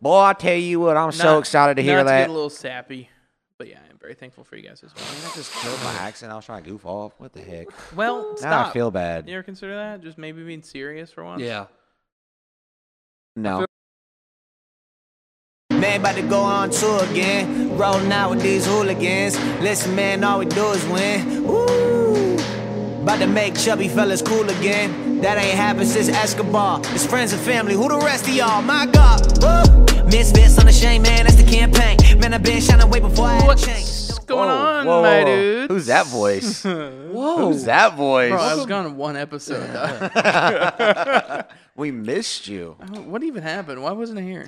Boy, I tell you what, I'm so Not- excited to hear not that. get a little sappy, but yeah, I'm very thankful for you guys as well. Man, I just killed my accent. I was trying to goof off. What the heck? Well, Now stop. I feel bad. you ever consider that? Just maybe being serious for once. Yeah. no. feel- Man, about to go on tour again. Rolling out with these hooligans. Listen, man, all we do is win. Woo! About to make chubby fellas cool again. That ain't happened since Escobar. It's friends and family. Who the rest of y'all? My God. Woo! Misfits on the shame, man. That's the campaign. Man, i been shining way before I had a change. What's going Whoa, on, whoa, my whoa. dude? Who's that voice? Whoa. Oh. Who's that voice? Bro, I was gone one episode. dog. we missed you. what even happened? Why wasn't I here?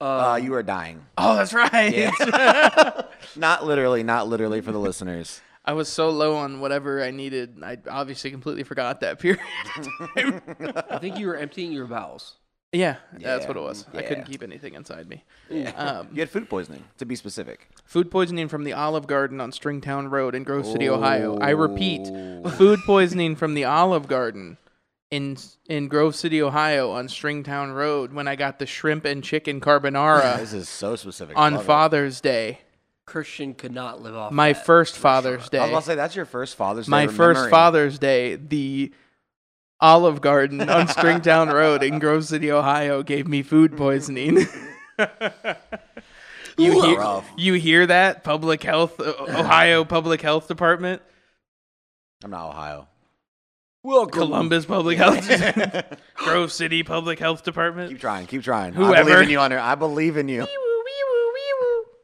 Uh, you were dying. Oh, that's right. Not literally, not literally for the listeners. I was so low on whatever I needed. I obviously completely forgot that period. I think you were emptying your bowels. yeah, that's Yeah, what it was. I yeah. couldn't keep anything inside me. Um, You had food poisoning, to be specific. Food poisoning from the Olive Garden on Stringtown Road in Grove City, Ohio. I repeat, Oh. food poisoning from the Olive Garden in in Grove City, Ohio on Stringtown Road when I got the shrimp and chicken carbonara This is so specific. I on love it. Father's Day. Christian could not live off. My that. first Father's Day. I was about to say that's your first Father's Day. my first remembering. Father's Day, the Olive Garden on Stringtown Road in Grove City, Ohio, gave me food poisoning. you hear, Rough. you hear that? Public Health, O- Ohio Public Health Department, I'm not Ohio. Columbus Public Health, Grove City Public Health Department. Keep trying. Keep trying. I believe Whoever. in you, Hunter. I believe in you.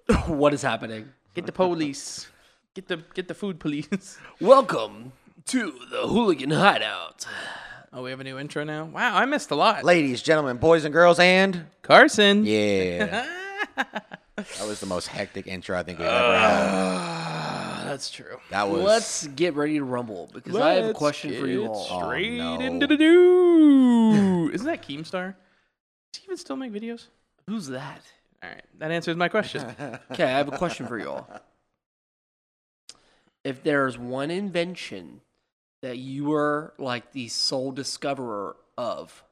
what is happening? Get the police. Get the get the food police. Welcome to the Hooligan Hideout. Oh, we have a new intro now. Wow, I missed a lot. Ladies, gentlemen, boys and girls, and Carson. yeah. that was the most hectic intro I think we've ever had. that's true. That was Ah, Let's get ready to rumble because I have a Let's question for you get all. Oh, Straight no. into the do. Isn't that Keemstar? Does he even still make videos? Who's that? All right, that answers my question. Okay, I have a question for you all. If there's one invention that you were like the sole discoverer of,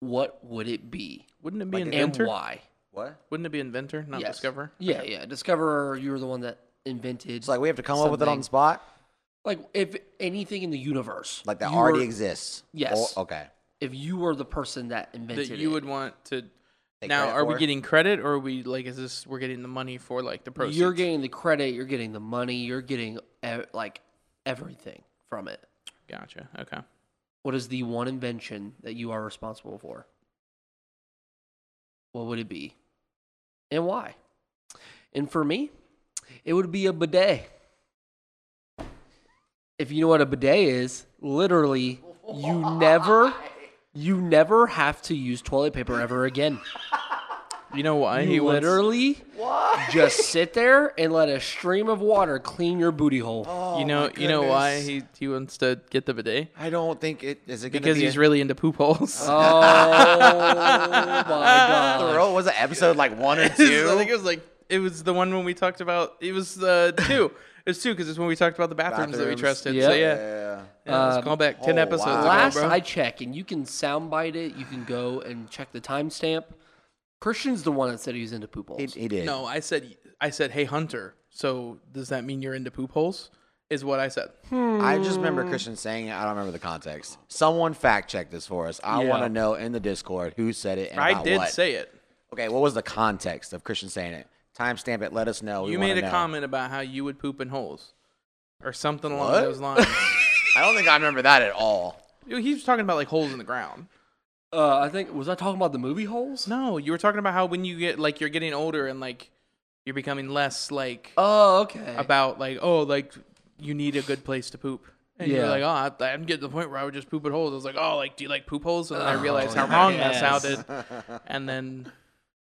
what would it be Wouldn't it be Like an inventor? and why? what? Wouldn't it be inventor, not Yes. discover? Yeah, yeah. Discoverer, you were the one that invented. It's like we have to come up with it on something. the spot. Like if anything in the universe, Like that you already were- exists. Yes. Or- okay. If you were the person that That invented you it, would want to. Take now, credit are for we it? getting credit, or are we like, is this we're getting the money for like the proceeds? you're getting the credit, you're getting the money, you're getting ev- like everything from it. Gotcha. Okay. What is the one invention that you are responsible for? What would it be, and why? And for me, it would be a bidet. If you know what a bidet is, literally, you never, you never have to use toilet paper ever again. You know why he You wants- literally just sit there and let a stream of water clean your booty hole. Oh. you know. You know why he he wants to get the bidet I don't think it is it gonna because be he's a- really into poop holes. Oh my god! Bro, was it episode like one or I think two? it was like it was the one when we talked about it was the two. It was two because it's when we talked about the bathrooms, that we Bathrooms. trusted. Yeah. So yeah, yeah. yeah let's call back ten oh, episodes wow. ago, Last bro. I check, and you can soundbite it. You can go and check the timestamp. Christian's the one that said he was into poop holes. He, he did. no, I said I said, hey Hunter. So does that mean you're into poop holes? Is what I said. I just remember Christian saying it. I don't remember the context. Someone fact check this for us. I Yeah. want to know in the Discord who said it and I about did what. say it. Okay, what was the context of Christian saying it? Timestamp it. Let us know. We You wanna made a know. comment about how you would poop in holes, or something along What? those lines. I don't think I remember that at all. he was talking about like holes in the ground. Uh, I think was I talking about the movie holes? No, you were talking about how when you get like you're getting older and like you're becoming less like Oh, okay. about like oh like you need a good place to poop and you're Yeah. like oh I, i'm getting to the point where i would just poop at holes i was like oh like do you like poop holes and then i realized how wrong that yes. sounded and then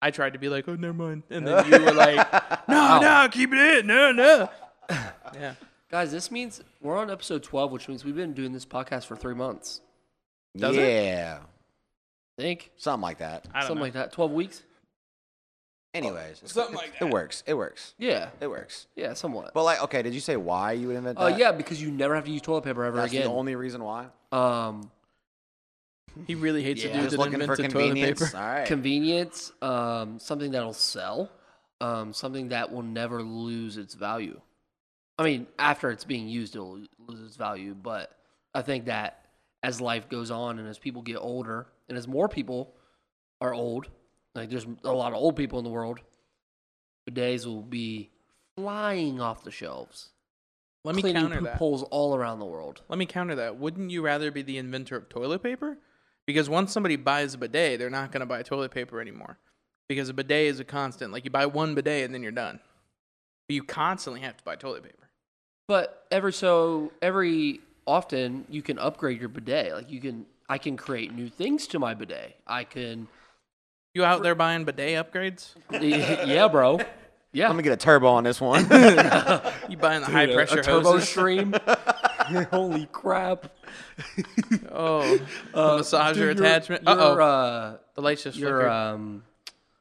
i tried to be like oh never mind and then you were like no no keep it in no no yeah guys, this means we're on episode twelve, which means we've been doing this podcast for three months. Does it? yeah, I think something like that. i don't something know like that. Twelve weeks. Anyways, it's- Something it's- like It that. works. It works. Yeah, It works. yeah, somewhat. But like, okay, did you say why you would invent Uh, that? yeah, because you never have to use toilet paper ever that's again. the only reason why. Um, He really hates Yeah. the dude Just that looking for invented toilet convenience. paper. All right. Convenience, um, something that'll sell, um, something that will never lose its value. I mean, after it's being used, it'll lose its value. But I think that as life goes on and as people get older and as more people are old, like there's a lot of old people in the world, bidets will be flying off the shelves. Let me cleaning counter poop that. holes all around the world. Let me counter that. Wouldn't you rather be the inventor of toilet paper? Because once somebody buys a bidet, they're not going to buy toilet paper anymore. Because a bidet is a constant. Like you buy one bidet and then you're done. But you constantly have to buy toilet paper. But every so every often you can upgrade your bidet. Like you can I can create new things to my bidet. I can You out there buying bidet upgrades? Yeah, bro. Yeah. I'm gonna get a turbo on this one. You buying the high pressure a turbo hoses? stream. Holy crap. Oh, the massager Uh, Dude, your- attachment. your, Uh oh, uh the lights just your flickered. um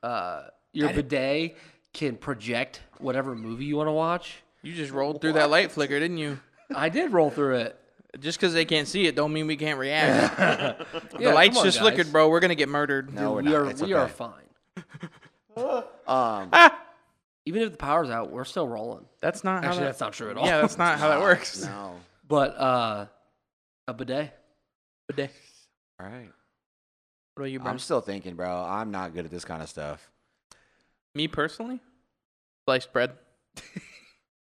uh your bidet can project whatever movie you want to watch. you just rolled through that light flicker, didn't you? I did roll through it. Just because they can't see it, don't mean we can't react. the Yeah, lights come on, just flickered, guys. bro. We're gonna get murdered. no, we're we not. are It's we okay. are fine. Um, Ah! Even if the power's out, we're still rolling. That's not how Actually, that- that's not true at all. Yeah, that's not how that works. Oh, no. But uh, a bidet. Bidet. All right. What about you, Brian? I'm still thinking, bro. I'm not good at this kind of stuff. Me personally, sliced bread.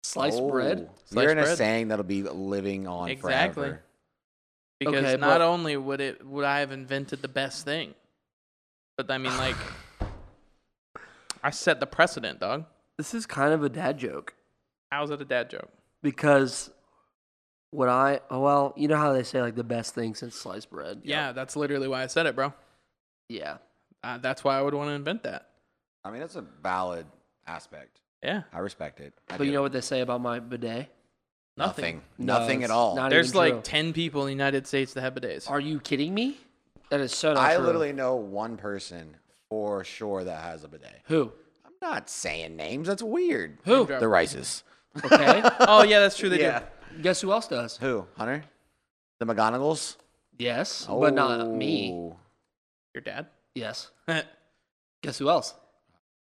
Sliced bread. Oh, Sliced You're in a bread. saying that'll be living on Exactly. forever. Because Okay, not but- only would it would I have invented the best thing, but I mean like I set the precedent, dog. This is kind of a dad joke How's it a dad joke? because what I oh, well, you know how they say like the best thing since sliced bread. Yeah, that's literally why I said it, bro. Yeah. Uh, that's why I would want to invent that. I mean, that's a valid aspect. Yeah, I respect it. I But you do. know what they say about my bidet? nothing. nothing, No, nothing it's at all. not There's even like true. ten people in the United States that have bidets. Are you kidding me? That is so. Not I true. literally know one person for sure that has a bidet. who I'm not saying names. That's weird. who The Rices. okay. Oh yeah, that's true. They do. Guess who else does? Who? Hunter? The McGonagalls? Yes, but not me. Oh. Your dad, Yes. your Guess who else?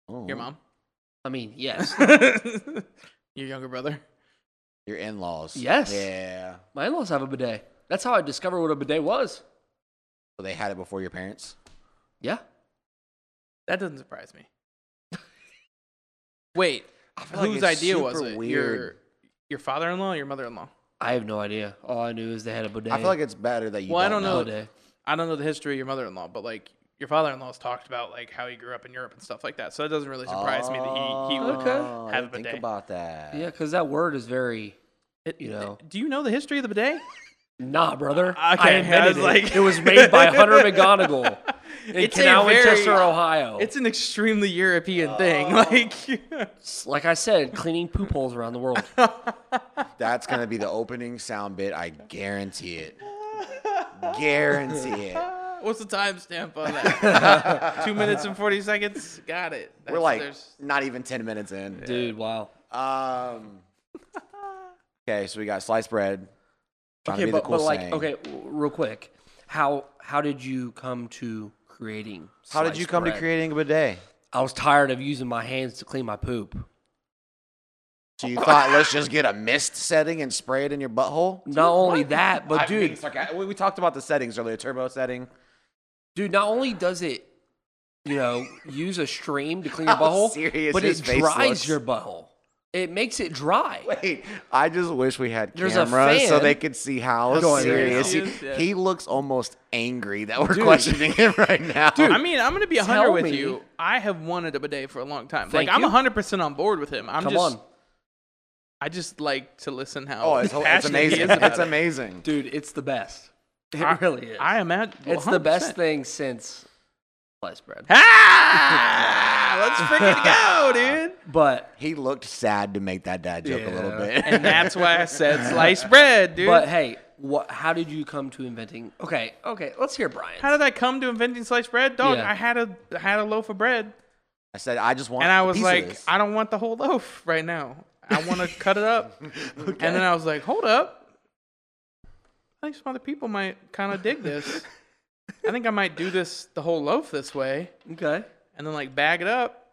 Oh. mom, I mean, yes. your younger brother. Your in-laws. Yes. Yeah. my in-laws have a bidet. That's how I discovered what a bidet was. So they had it before your parents. Yeah. That doesn't surprise me. Wait, feel like whose it's idea was super it? Your weird. your father-in-law, or your mother-in-law? I have no idea. All I knew is they had a bidet. I feel like it's better that you. Well, I don't don't know. bidet. I don't know the history of your mother-in-law, but like your father-in-law's talked about like how he grew up in Europe and stuff like that. So it doesn't really surprise me that he he would Okay. Oh, I have a didn't bidet. Think about that. Yeah, because that word is very It- You know. Do you know the history of the bidet? nah, brother. I Okay, I invented was it. like- it was made by Hunter McGonigal in It's a Canal, very- Winchester, Ohio. Oh. It's an extremely European thing. Like It's like I said, cleaning poop holes around the world. That's gonna be the opening sound bit. I guarantee it. guarantee it. What's the timestamp on that? Two minutes and forty seconds. Got it. We're That's- like there's- not even ten minutes in. Dude, wow. Um. Okay, so we got sliced bread. Trying Okay, to be but, the cool but like, saying. okay, w- real quick, how how did you come to creating? How did you sliced come to bread? creating a bidet? I was tired of using my hands to clean my poop. So you thought let's just get a mist setting and spray it in your butthole? Not only that, but I mean, dude, sarca- we, we talked about the settings earlier. Turbo setting. Dude, not only does it, you know, use a stream to clean your How butthole, serious but his it face dries looks. your butthole. It makes it dry. Wait, I just wish we had There's a cameras so fan they could see how going serious right he, now. He is, yeah. he looks. Almost angry that we're questioning him right now. I mean, I'm gonna be a hundred tell with me- you. I have wanted a bidet for a long time. Thank like I'm you. I'm hundred percent on board with him. I'm Come just on, I just like to listen how oh, it's, it's passionate he amazing! is about It's it. amazing. dude, it's the best. It I- really is. I imagine it's the best thing since sliced bread. Ah, let's freaking go, dude! But He looked sad to make that dad joke a little Yeah. bit. And that's why I said sliced bread, dude. but hey, what? How did you come to inventing? Okay, okay, let's hear Brian. how did I come to inventing sliced bread, dog? Yeah. I had a I had a loaf of bread, I said, I just want. and I a was piece of like, this." I don't want the whole loaf right now. I want to cut it up. And then I was like, hold up, I think some other people might kind of dig this. I think I might do this the whole loaf this way, Okay. and then like bag it up,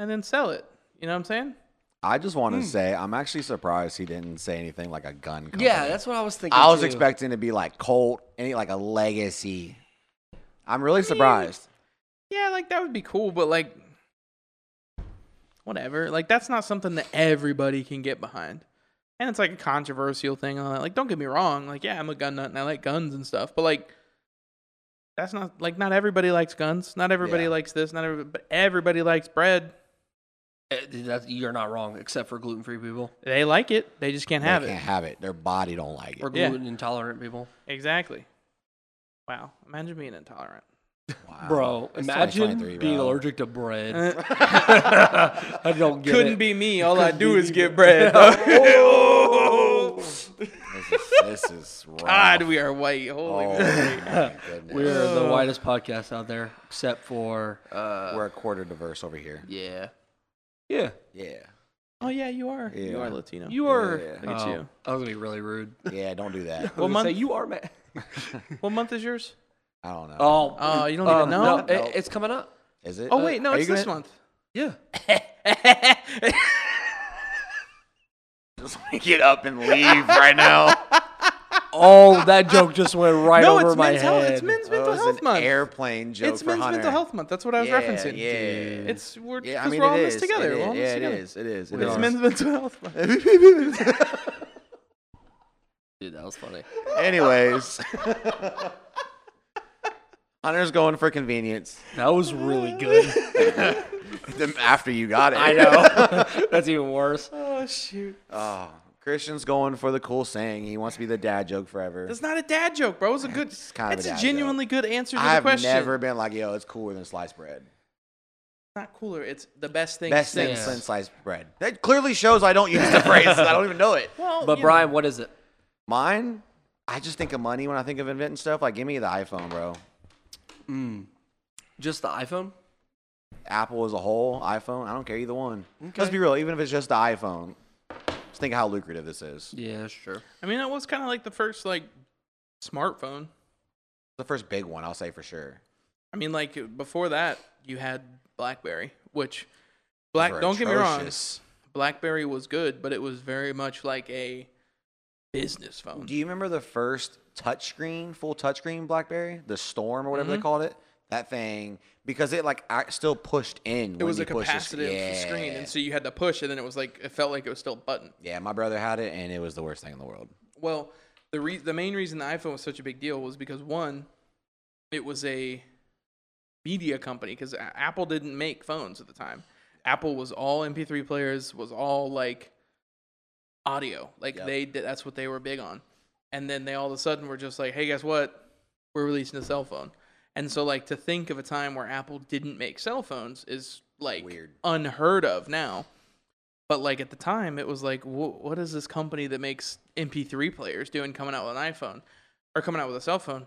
and then sell it. You know what I'm saying? I just want to say I'm actually surprised he didn't say anything like a gun company. Yeah, that's what I was thinking. I was too. expecting to be like Colt, any like a legacy. I'm really surprised. Yeah, like that would be cool, but like, whatever. Like that's not something that everybody can get behind, and it's like a controversial thing. And all that. Like, don't get me wrong. Like, yeah, I'm a gun nut and I like guns and stuff, but like, that's not like not everybody likes guns. Not everybody Yeah. likes this. Not everybody, but everybody likes bread. Eh, That, you're not wrong, except for gluten free people They like it. They just can't They have can't it. have it. Their body don't like or it. Yeah. gluten intolerant people. Exactly. Wow. Imagine being intolerant. Wow. Bro, It's imagine 2023, being bro. allergic to bread. Uh, I don't get Couldn't it. be me. All I Couldn't do be is me, get bro. bread. Oh. This is, this is rough. God, we are white. Holy Oh, moly. my goodness. We're the whitest podcast out there, except for uh, We're a quarter diverse over here. yeah, yeah. Yeah. Oh yeah, you are. You Yeah. are Latino. You are. yeah. Look at oh, you. I was gonna be really rude. Yeah, don't do that. Well, month- say you are man. what month is yours? I don't know. Oh, Oh, you don't even know? no, it- it's coming up. Is it? Oh wait, no, Uh, Are it's you this gonna- month. Yeah. Get up and leave right now. Oh, that joke just went right no, over it's my men's head. health. It's men's That mental was health Oh, an month. airplane joke it's for men's Hunter. mental health month. That's what I was Yeah, referencing. yeah. It's we're because Yeah, I mean, we're all it in this is. together. It we're all is. in this Yeah, it together. is. It is. It We It's are. is. men's mental health month. Dude, that was funny. Anyways, Hunter's going for convenience. That was really good. Then After you got it, I know. That's even worse. Oh shoot! Oh, Christian's going for the cool saying. He wants to be the dad joke forever. That's not a dad joke, bro. It's a good. It's, kind of a a, dad genuinely good answer to the I've question. never been like, yo, it's cooler than sliced bread. It's not cooler. It's the best thing. Best thing since. Yes. since sliced bread. That clearly shows I don't use the phrase. I don't even know it. Well, But you know, Brian, what is it? Mine, I just think of money when I think of inventing stuff. Like, give me the iPhone, bro. Just the iPhone? Apple as a whole, iPhone. I don't care either one. Let's be real. Even if it's just the iPhone, just think how lucrative this is. Yeah, sure. I mean, that was kind of like the first like smartphone. The first big one, I'll say for sure. I mean, like before that, you had BlackBerry, which black. Were Don't get me wrong, atrocious. BlackBerry was good, but it was very much like a business phone. Do you remember the first touchscreen, full touchscreen BlackBerry, the Storm or whatever Mm-hmm. they called it? That thing because it like I still pushed in. It was a pushed this- capacitive screen, Yeah. and so you had to push, and then it was like it felt like it was still a button. yeah, my brother had it, and it was the worst thing in the world. Well, the re- the main reason the iPhone was such a big deal was because one, it was a media company because Apple didn't make phones at the time. Apple was all MP3 players, was all like audio. Like Yep. they did, that's what they were big on. And then they all of a sudden were just like, "Hey, guess what? We're releasing a cell phone." And so like to think of a time where Apple didn't make cell phones is like Weird. unheard of now. But like at the time, it was like, wh- what is this company that makes MP3 players doing coming out with an iPhone or coming out with a cell phone?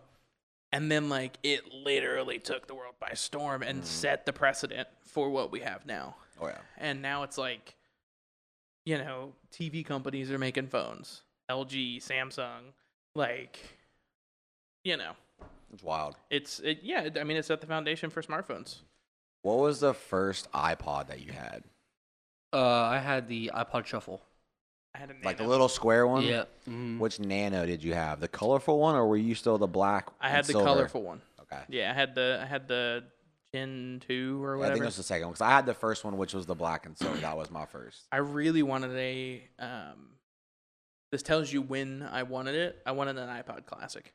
And then like it literally took the world by storm and set the precedent for what we have now. Oh yeah, And now it's like, you know, TV companies are making phones, LG, Samsung, like, you know, it's wild. it's it, yeah. it- I mean, it's at the foundation for smartphones. What was the first iPod that you had? Uh, I had the iPod Shuffle. I had a Like the Nano. little square one. Yeah. Mhm. Which Nano did you have? The colorful one, or were you still the black? I and had the silver? colorful one. Okay. Yeah, I had the I had the Gen two or Yeah, I whatever. think that's the second one because I had the first one, which was the black and silver. That was my first. I really wanted a. Um, this tells you when I wanted it. I wanted an iPod Classic,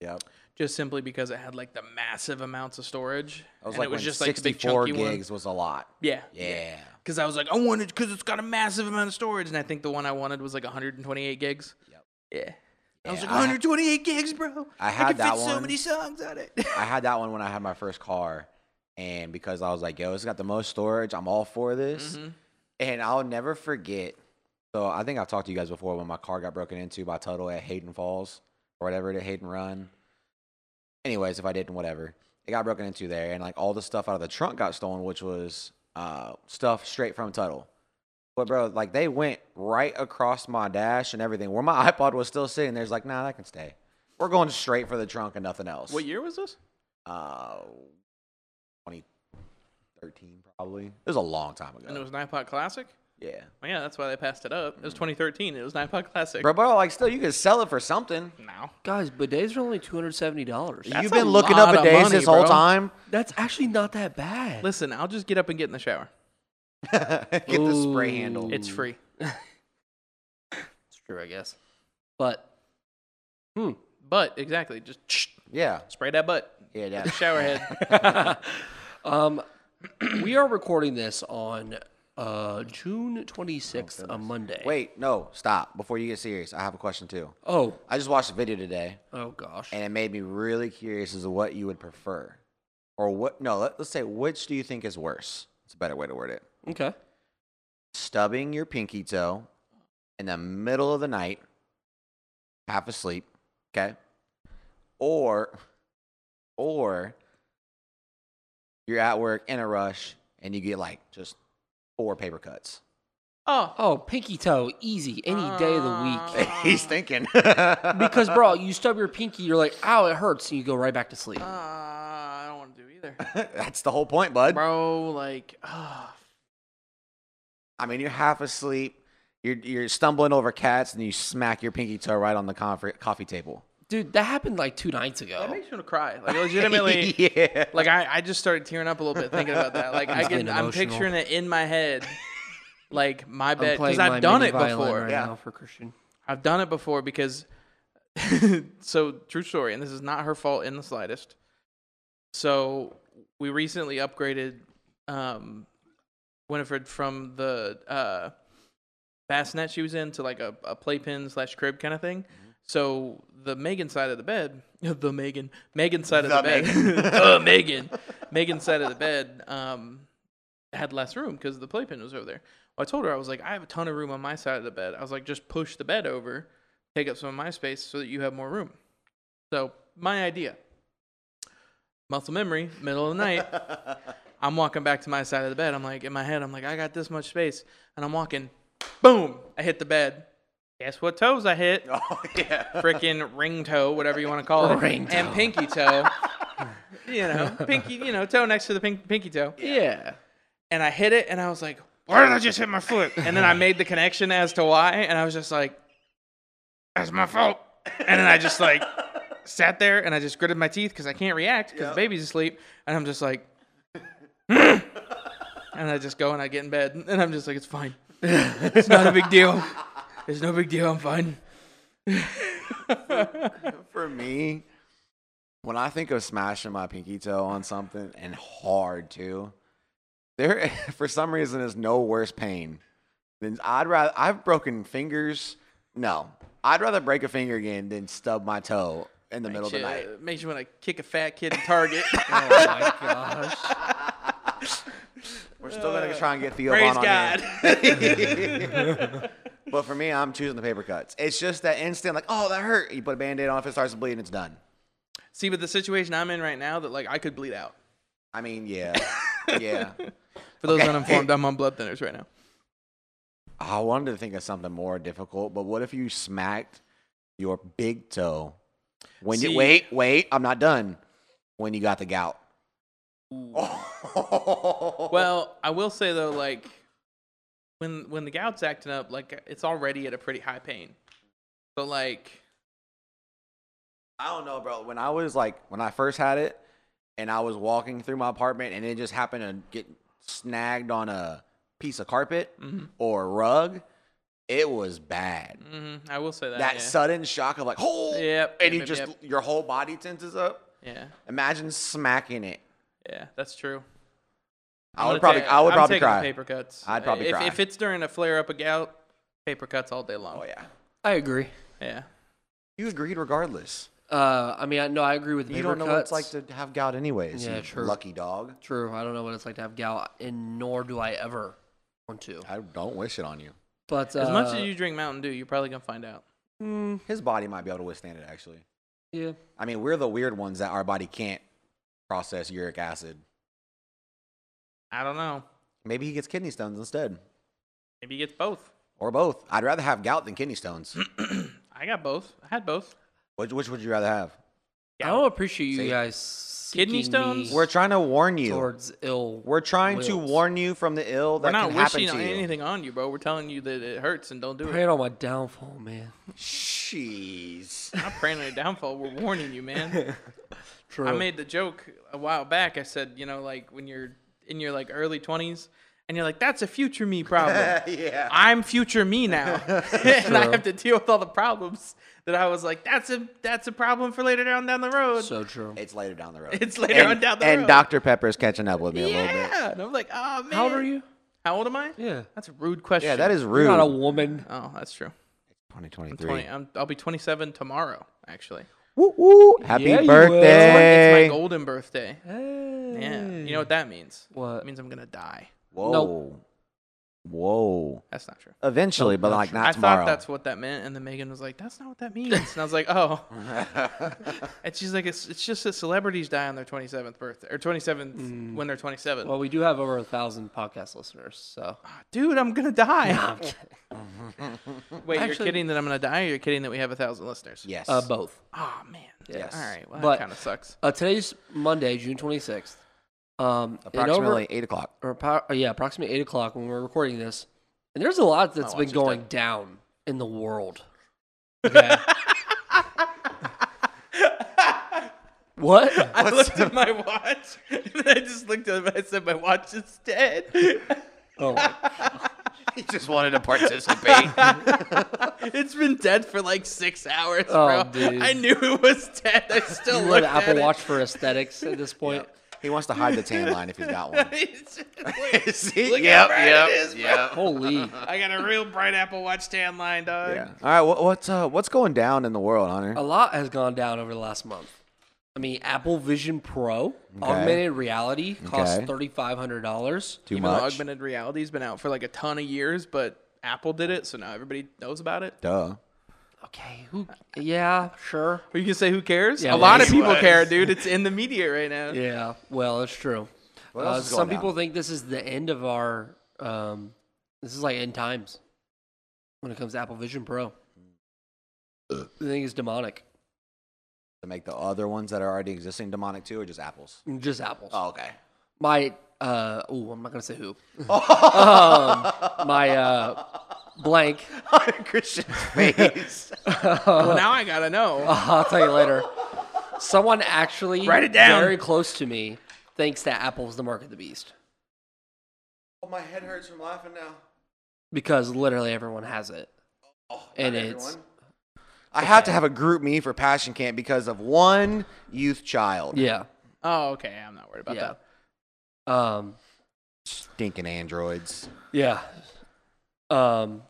Yep. just simply because it had like the massive amounts of storage, That was and like it was when just like the big 64 chunky one. gigs was a lot. Yeah, Yeah. Because I was like, I wanted because it's got a massive amount of storage, and I think the one I wanted was like 128 gigs. Yep. Yeah. I was Yeah, like I ha- 128 gigs, bro. I I had could that fit so one. many songs on it. I had that one when I had my first car, and because I was like, "Yo, it's got the most storage. I'm all for this." Mhm. And I'll never forget. So I think I've talked to you guys before when my car got broken into by Tuttle at Hayden Falls or whatever it is, Hayden Run. Anyways, if I didn't, whatever. It got broken into there, and like all the stuff out of the trunk got stolen, which was uh, stuff straight from Tuttle. But bro, like they went right across my dash and everything. Where my iPod was still sitting, there's like, nah, that can stay. We're going straight for the trunk and nothing else. What year was this? Uh, 2013 probably. It was a long time ago. And it was Nipot Classic. yeah. Well, yeah, that's why they passed it up. It was 2013. It was Nipot Classic. Bro, bro, like still, you could sell it for something. Now Guys, bidets are only two hundred seventy dollars. That's You've a been looking up lot at of days money, this whole bro. time. That's actually not that bad. listen, I'll just get up and get in the shower. Get the spray Ooh. handle. It's Ooh. free. It's true, I guess. But hmm. But exactly, just Yeah, spray that butt. yeah, Get the that. shower head. um, we are recording this on uh, June twenty sixth, a Monday. Wait, no, stop. Before you get serious, I have a question too. Oh. I just watched a video today, Oh gosh. and it made me really curious as to what you would prefer, or what? No, let, let's say which do you think is worse? It's a better way to word it. Okay. Stubbing your pinky toe in the middle of the night, half asleep, okay, or or you're at work in a rush and you get like just four paper cuts. Oh, Oh, pinky toe, easy, any day of Uh. the week. He's thinking. Because bro, you stub your pinky, you're like, ow, it hurts, and you go right back to sleep. uh, I don't want to do either, That's the whole point, bud. bro. Like, ah, I mean, you're half asleep. You're you're stumbling over cats, and you smack your pinky toe right on the confer- coffee table. Dude, that happened like two nights ago. that makes me want to cry. oh. Like, legitimately. yeah. Like I, I just started tearing up a little bit thinking about that. Like I He's can, getting I'm emotional. picturing it in my head, like my I'm bed, because playing my I've done mini it violin before. right Yeah. now for Christian. I've done it before because so true story, and this is not her fault in the slightest. So we recently upgraded um Winifred from the uh bassinet she was in to like a, a playpen slash crib kind of thing. Mm-hmm. So the Megan side of the bed, the Megan, Megan side of The the bed, Megan. the Oh, Megan, Megan side of the bed, um, had less room because the playpen was over there. Well, I told her I was like, I have a ton of room on my side of the bed. I was like, just push the bed over, take up some of my space so that you have more room. So my idea, muscle memory, middle of the night, I'm walking back to my side of the bed. I'm like, in my head, I'm like, I got this much space, and I'm walking, boom, I hit the bed. Guess what toes I hit? oh yeah. Freaking ring toe, whatever you want to call it, Ring toe. and pinky toe. you know, pinky, you know, toe next to the pink, pinky toe Yeah. and I hit it, and I was like, "Why did I just hit my foot?" And then I made the connection as to why, and I was just like, "That's my fault." And then I just like sat there and I just gritted my teeth because I can't react because the baby's asleep, and I'm just like, and I just go and I get in bed, and I'm just like, "It's fine. It's not a big deal. It's no big deal. I'm fine." For me, when I think of smashing my pinky toe on something and hard too, there for some reason is no worse pain than I'd rather. I've broken fingers. No, I'd rather break a finger again than stub my toe in the middle of the night. Shit, Makes you want to kick a fat kid in Target. Oh my gosh. We're still gonna try and get Theo Praise Von on God. here. but for me, I'm choosing the paper cuts. It's just that instant, like, oh, that hurt. You put a band-aid on, if it starts to bleed, it's done. See, but the situation I'm in right now, that like I could bleed out. I mean, yeah, yeah. For those Okay. uninformed, I'm on blood thinners right now. I wanted to think of something more difficult, but what if you smacked your big toe when See- you wait, wait, I'm not done. When you got the gout. Well, I will say though, like when when the gout's acting up, like it's already at a pretty high pain. So like, I don't know, bro. When I was like, when I first had it, and I was walking through my apartment, and it just happened to get snagged on a piece of carpet Mm-hmm. or a rug, it was bad. mhm, I will say that. That yeah. sudden shock of like, oh, Yep, and yep, you yep, just yep. your whole body tenses up. yeah, Imagine smacking it. yeah, that's true. I I'm gonna would probably, take- I would I'm probably taking the cry. Paper cuts. I'd probably if, cry. if it's during a flare up of gout. Paper cuts all day long. Oh yeah, I agree. yeah. you agreed regardless. Uh, I mean, I, no, I agree with You paper don't know cuts. what it's like to have gout, anyways. Yeah, you true. Lucky dog. True, I don't know what it's like to have gout, and nor do I ever want to. I don't wish it on you. But As uh, mm, much as you drink Mountain Dew, you're probably gonna find out. His body might be able to withstand it. Actually, yeah, I mean, we're the weird ones that our body can't process uric acid. I don't know. Maybe he gets kidney stones instead, Maybe you get both. or both. I'd rather have gout than kidney stones. I got both. I had both. Which, which would you rather have? I Oh, don't appreciate you See? guys. Kidney seeking me stones? We're trying to warn you. towards ill. We're trying to wills. warn you from the ill that We're not can happen wishing to you. anything on you, bro. We're telling you that it hurts and don't do it. Praying on my downfall, man. Jeez. I'm not praying on your downfall. We're warning you, man. True. I made the joke a while back. I said, you know, like when you're in your like early 20s and you're like, that's a future me problem. yeah. I'm future me now, and I True. have to deal with all the problems that I was like, that's a that's a problem for later down down the road. so true. It's later down the road. It's later and, on down the and road. Dr. Pepper's catching up with me a little bit. yeah, and I'm like, oh man. How old are you? How old am I? Yeah. That's a rude question. Yeah, that is rude. You're not a woman. Oh, that's true. I'm 2023. 20. I'm, I'll be 27 tomorrow, actually. Woo woo. Happy Yeah, you will. It's my birthday. golden birthday. Yeah. You know what that means? What? It means I'm going to die. Whoa. Whoa. That's not true. Eventually, but not like true. not I tomorrow. thought that's what that meant. And then Megan was like, that's not what that means. And I was like, oh. and she's like, it's, it's just that celebrities die on their 27th birthday or 27th when they're 27. Mm. Well, we do have over a thousand podcast listeners, so Dude, I'm going to die. Wait, you're Actually- kidding that I'm going to die or you're kidding that we have a thousand listeners? yes. uh, both. Oh, man. Yes. All right. Well, that But- kind of sucks. Uh, today's Monday, June twenty sixth. Um, in Approximately over, 8 o'clock. or appro- uh, yeah, approximately eight o'clock when we're recording this, and there's a lot that's My watch been is going down in the world. Okay. what? I looked at my watch and I just looked at it and I said, my watch is dead. Oh, my- He just wanted to participate. it's been dead for like six hours, Oh, bro. dude. I knew it was dead. I still you looked want an at Apple it. Watch for aesthetics at this point? he wants to hide the tan line if he's got one. It's just- look- See? look how bright it is, bro. Holy! I got a real bright Apple Watch tan line, dog. Yeah. All right. What, what's uh, what's going down in the world, Hunter? A lot has gone down over the last month. I mean, Apple Vision Pro, augmented reality, costs Okay. thirty five hundred dollars. Too Even though much. augmented reality's been out for like a ton of years, but Apple did it, so now everybody knows about it. Duh. Okay, who? Yeah, sure. Or you can say, who cares? a Yeah, lot of anyways. people care, dude. It's in the media right now. Yeah, well, it's true. What else Uh, is going some down? people think this is the end of our. Um, this is like end times when it comes to Apple Vision Pro. They think it's demonic. To make the other ones that are already existing demonic too, or just apples? Just apples. Oh, okay. My uh oh, I'm not gonna say who. um, my uh blank. Christian's face. Well, now I gotta know. I'll tell you later. Someone actually Write it down. very close to me thinks that Apple's the mark of the beast oh, my head hurts from laughing now. because literally everyone has it. and it's I have to have a group me for Passion Camp because of one youth child. yeah, Oh, okay. I'm not worried about yeah. that. Um Stinking androids. yeah. Um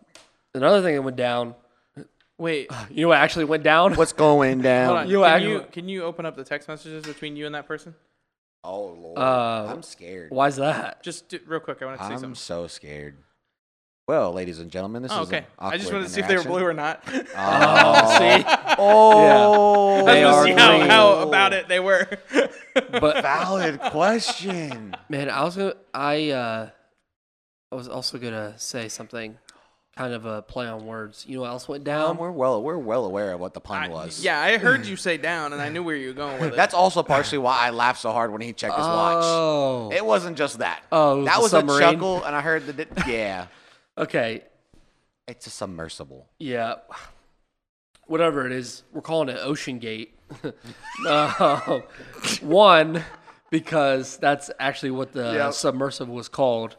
another thing that went down, Wait. you know what actually went down? What's going Hold down? on. You can, act- you, can you open up the text messages between you and that person? Oh lord, Uh, I'm scared. Why's that? Just do, real quick. I want to see I'm something. so scared. Well, ladies and gentlemen, this Oh, is an okay. I just awkward wanted to see if they were interaction. blue or not. Oh, See? oh Yeah. They I was gonna are see how, green. how about it they were. But Valid question. Man, I was gonna, I uh, I was also gonna say something, kind of a play on words. You know what else went Um, down? we're well we're well aware of what the pun I- was. yeah, I heard you say down, and I knew where you were going with it. That's also partially why I laughed so hard when he checked his watch. Oh, It wasn't just that. Oh, it was that the was submarine? a chuckle, and I heard the di- yeah. okay, It's a submersible. yeah, whatever it is, we're calling it Ocean Gate. Uh, one, because that's actually what the Yep. submersible was called.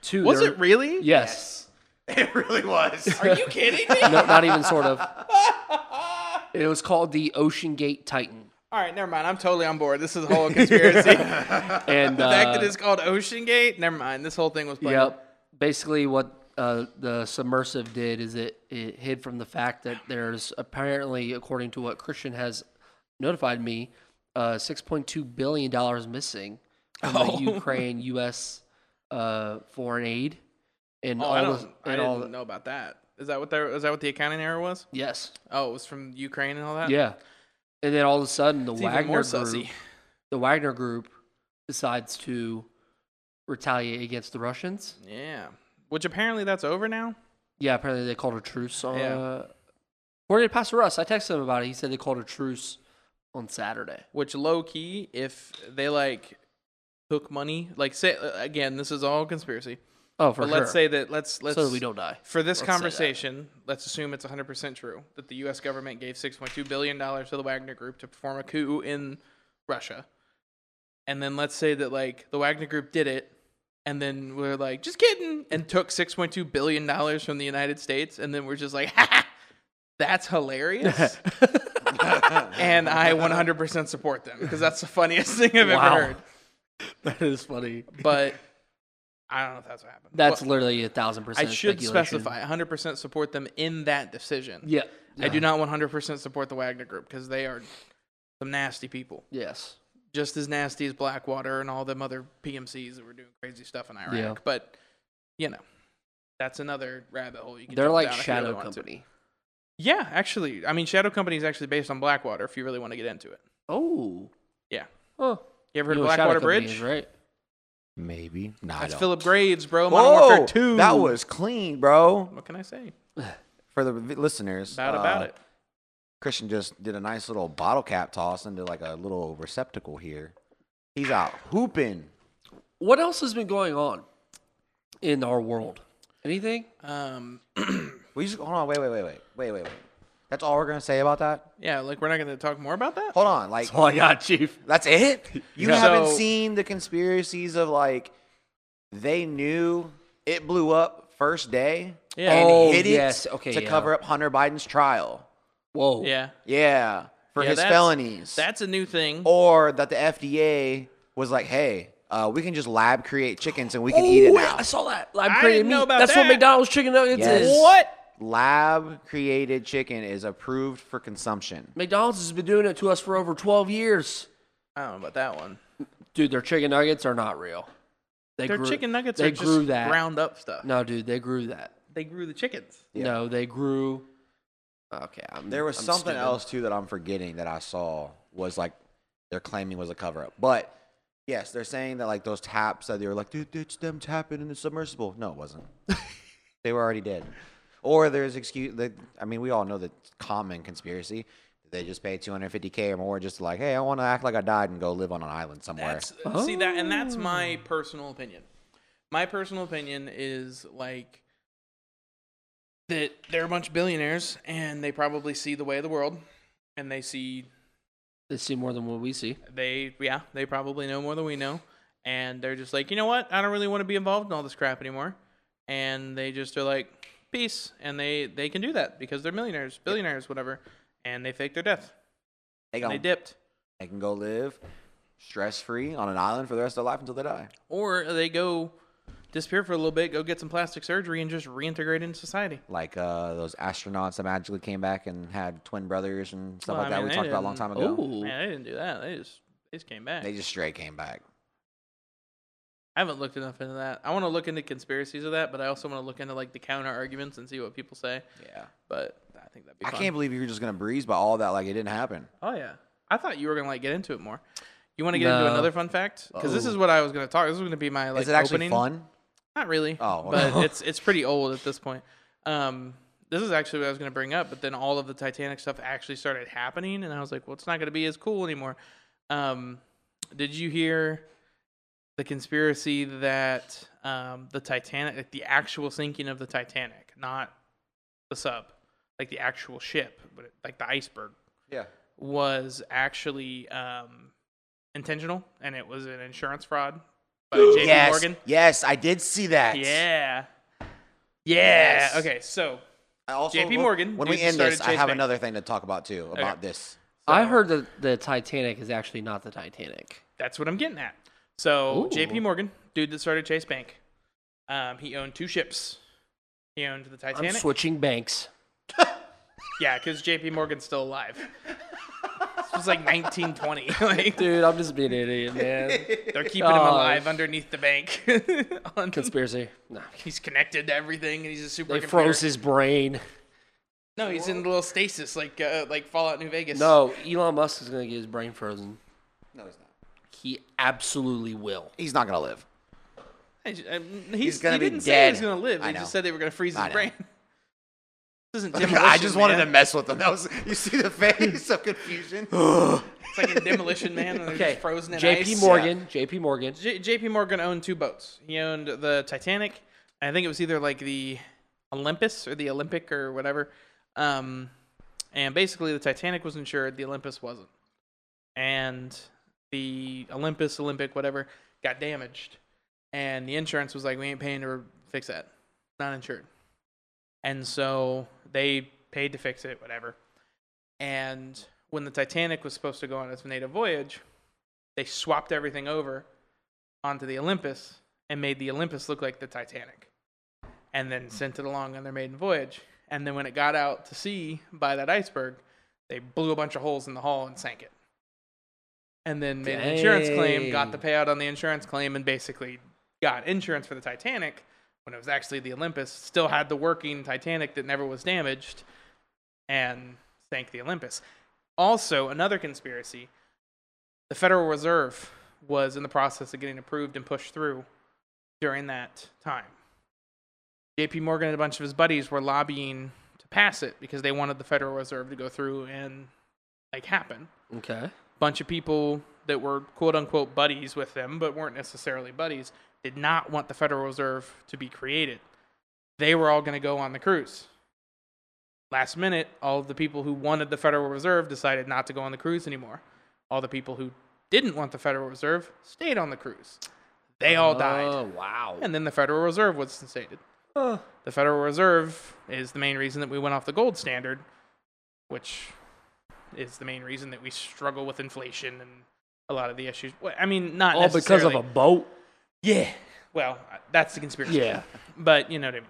Two, was there- it really? Yes, It really was. Are you kidding me? no, not even sort of. It was called the Ocean Gate Titan, All right, never mind. I'm totally on board. This is a whole conspiracy. the and the fact that it's called Ocean Gate. Never mind. This whole thing was. Played. Yep. Basically, what uh, the submersive did is it, it hid from the fact that there's apparently, according to what Christian has notified me, uh, $6.2 billion missing from Oh. the Ukraine U.S. Uh, foreign aid. And Oh, all I don't. this, I and didn't all, know about that. Is that what there? Is that what the accounting error was? Yes. Oh, it was from Ukraine and all that. Yeah. And then all of a sudden, the It's even more Wagner sussy. group, the Wagner group decides to retaliate against the Russians. Yeah. Which apparently that's over now. Yeah, apparently they called a truce on Yeah. uh, Where did Pastor Russ? I texted him about it. He said they called a truce on Saturday. Which low key, if they like took money, like say uh, again, this is all conspiracy. Oh, for but let's say that let's let's so that we don't die. for this Let's say that. conversation, let's assume it's 100% true that the U.S. government gave 6.2 billion dollars to the Wagner Group to perform a coup in Russia, and then let's say that like the Wagner Group did it, and then we're like, just kidding, and took 6.2 billion dollars from the United States, and then we're just like, ha, that's hilarious. and I 100% support them because that's the funniest thing I've Wow. ever heard. That is funny. But I don't know if that's what happened. That's Well, literally a thousand I percent. should speculation. specify 100% support them in that decision. Yeah. I do not 100% support the Wagner Group because they are some nasty people, Yes. just as nasty as Blackwater and all them other PMCs that were doing crazy stuff in Iraq. Yeah. But you know, that's another rabbit hole you can. They're jump like down if you shadow really want to. company. Yeah, actually, I mean, Shadow Company is actually based on Blackwater. If you really want to get into it, Oh. Yeah. Oh. you ever heard You of know what Shadow Blackwater Company Bridge? is, right? Maybe. Nah, I That's don't. Philip Graves, bro. Modern Whoa, Warfare Two. that was clean, bro. What can I say? For the v- listeners, About uh, about it. Christian just did a nice little bottle cap toss into like a little receptacle here. He's out hooping. What else has been going on in our world? Anything? Um, We just hold on. Wait, wait, wait, wait, wait, wait, wait. That's all we're gonna say about that. yeah, like we're not going to talk more about that. Hold on, like Oh, I got Chief. that's it. You Yeah. haven't So- seen the conspiracies of like they knew it blew up first day Yeah. and Oh, hid it yes. Okay, to yeah. cover up Hunter Biden's trial. Whoa. Yeah, Yeah, for Yeah, his that's- felonies. that's a new thing. or that the FDA was like, "Hey, uh, we can just lab create chickens and we can Oh, eat it yeah, now." I saw that. Lime I created didn't meat. know about That's that. what McDonald's chicken nuggets Yes. is. What? Lab created chicken is approved for consumption. McDonald's has been doing it to us for over 12 years. I don't know about that one. Dude, their chicken nuggets are not real. They Their grew, chicken nuggets they are grew just that. ground up stuff. No, dude, they grew that. They grew the chickens. Yeah. No, they grew. Okay, I'm, There was I'm something stupid. else too that I'm forgetting that I saw was like they're claiming was a cover up, but yes, they're saying that like those taps that they were like, "Dude, it's them tapping in the submersible." No, it wasn't. they were already dead. Or there's excuse. Like, I mean, we all know the common conspiracy. They just pay 250k or more just like, hey, I want to act like I died and go live on an island somewhere. That's see that, and that's Oh. my personal opinion. My personal opinion is like that they're a bunch of billionaires, and they probably see the way of the world, and they see They see more than what we see. they yeah they probably know more than we know, and they're just like you know what I don't really want to be involved in all this crap anymore, and they just are like peace, and they they can do that because they're millionaires, billionaires, whatever, and they fake their death. they, And gone. they dipped. They can go live stress free on an island for the rest of their life until they die. or they go disappear for a little bit, go get some plastic surgery, and just reintegrate into society. Like uh, those astronauts that magically came back and had twin brothers and stuff Well, like I that. mean, we they talked about a long time didn't- ago. Oh, Man, they didn't do that. They just they just came back. They just straight came back. I haven't looked enough into that. I want to look into conspiracies of that, but I also want to look into like the counter arguments and see what people say. Yeah. But I think that'd be. I fun. can't believe you were just gonna breeze by all that like it didn't happen. Oh yeah, I thought you were gonna like get into it more. You want to get No. into another fun fact? Because this Oh. is what I was gonna talk. This is gonna be my like Is it actually opening. fun? Not really. Oh, but it's it's pretty old at this point. Um, this is actually what I was going to bring up, but then all of the Titanic stuff actually started happening, and I was like, well, it's not going to be as cool anymore. Um, did you hear the conspiracy that um, the Titanic, like the actual sinking of the Titanic, not the sub, like the actual ship, but it, like the iceberg, Yeah. was actually um, intentional, and it was an insurance fraud by J.P. Yes. Morgan? Yes, I did see that. Yeah. Yeah. Yes. Okay. So I also, JP when- Morgan, When dude we that end this, started I Chase have Bank. another thing to talk about too about this. I heard that the Titanic is actually not the Titanic. that's what I'm getting at. So Ooh. J.P. Morgan, dude that started Chase Bank, um, he owned two ships. He owned the I'm Titanic. switching banks. yeah, because J.P. Morgan's still alive. this was like 1920. like Dude, I'm just being an idiot, man. they're keeping him Gosh. alive underneath the bank. On- Conspiracy. No. he's connected to everything, and he's a super. They froze his brain. No, he's in a little stasis, like uh, like Fallout New Vegas. No, Elon Musk is going to get his brain frozen. No, he's not. He absolutely will. He's not gonna live. I ju- I- he's, gonna he be didn't say he dead. was gonna live. I He know. just said they were gonna freeze I his know. brain. This isn't demolition. I just wanted to man. mess with them. That was you see the face of confusion. It's like in Demolition Man. And okay. Okay. Frozen in JP ice. Morgan. JP Morgan. J- JP Morgan owned two boats. He owned the Titanic. I think it was either like the Olympus or the Olympic or whatever. Um, and basically, the Titanic was insured, the Olympus wasn't. And the Olympus, Olympic, whatever, got damaged. And the insurance was like, we ain't paying to re- fix that. Not insured. And so they paid to fix it, whatever. And when the Titanic was supposed to go on its native voyage, they swapped everything over onto the Olympus and made the Olympus look like the Titanic, and then sent it along on their maiden voyage. And then when it got out to sea by that iceberg, they blew a bunch of holes in the hull and sank it. And then made an insurance claim, got the payout on the insurance claim, and basically got insurance for the Titanic when it was actually the Olympus. Still had the working Titanic that never was damaged, and sank the Olympus. Also, another conspiracy the Federal Reserve was in the process of getting approved and pushed through during that time. JP Morgan and a bunch of his buddies were lobbying to pass it because they wanted the Federal Reserve to go through and like happen. Okay. Bunch of people that were quote unquote buddies with them but weren't necessarily buddies did not want the Federal Reserve to be created. They were all going to go on the cruise. Last minute, all of the people who wanted the Federal Reserve decided not to go on the cruise anymore. All the people who didn't want the Federal Reserve stayed on the cruise. They all died. Oh wow. Oh, And then the Federal Reserve was instated. Huh. The Federal Reserve is the main reason that we went off the gold standard, which is the main reason that we struggle with inflation and a lot of the issues. Well, I mean, not All because of necessarily- a boat. yeah. Well, that's the conspiracy. Yeah. But you know what I mean.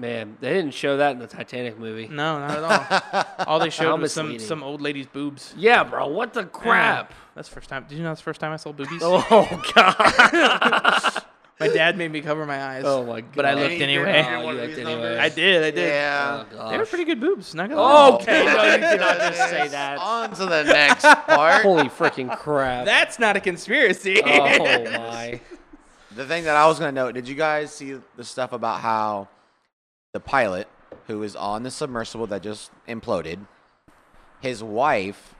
Man, they didn't show that in the Titanic movie. No, not at all. all they How showed was some, misleading. some old lady's boobs. Yeah, bro. What the crap? Yeah. That's the first time. Did you know that's the first time I saw boobies? Oh god. My dad made me cover my eyes. oh my god. But I looked Hey, anyway. you're one Oh, of you these looked numbers. anyway. I did. I did. Yeah. Oh, They were gosh. pretty good boobs. Not gonna lie. Oh, Okay, no, you did not just say that. On to the next part. Holy freaking crap. That's not a conspiracy. oh my. The thing that I was gonna note, did you guys see the stuff about how the pilot who is on the submersible that just imploded, his wife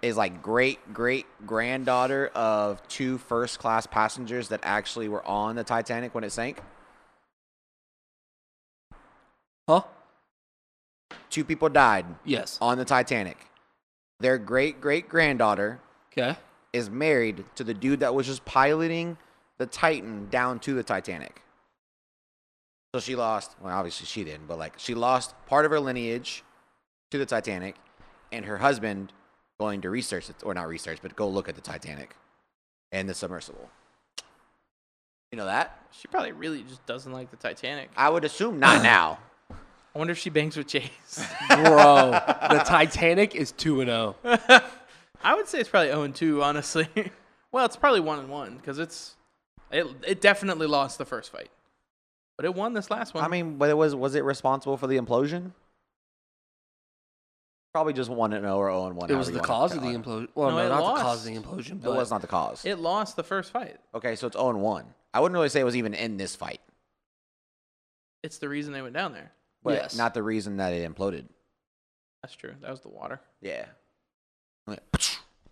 is like great great granddaughter of two first class passengers that actually were on the Titanic when it sank? Huh? Two people died Yes. on the Titanic. Their great great granddaughter Okay. is married to the dude that was just piloting the Titan down to the Titanic. So she lost, well, obviously she didn't, but like she lost part of her lineage to the Titanic and her husband going to research, it, or not research, but go look at the Titanic and the submersible. You know that? She probably really just doesn't like the Titanic. I would assume not now. I wonder if she bangs with Chase. Bro, the Titanic is 2 and oh. 0. I would say it's probably 0 and 2, honestly. well, it's probably 1 and 1 because it's it, it definitely lost the first fight, but it won this last one. I mean, but it was was it responsible for the implosion? Probably just one and zero or zero and one. It however was you the wanna cause count of the it. implosion. Well, No, no, it not the cause of the lost. implosion, It but was not the cause. it lost the first fight. Okay, so it's 0 and 1. I wouldn't really say it was even in this fight, It's the reason they went down there. but Yes. not the reason that it imploded. That's true. That was the water. Yeah.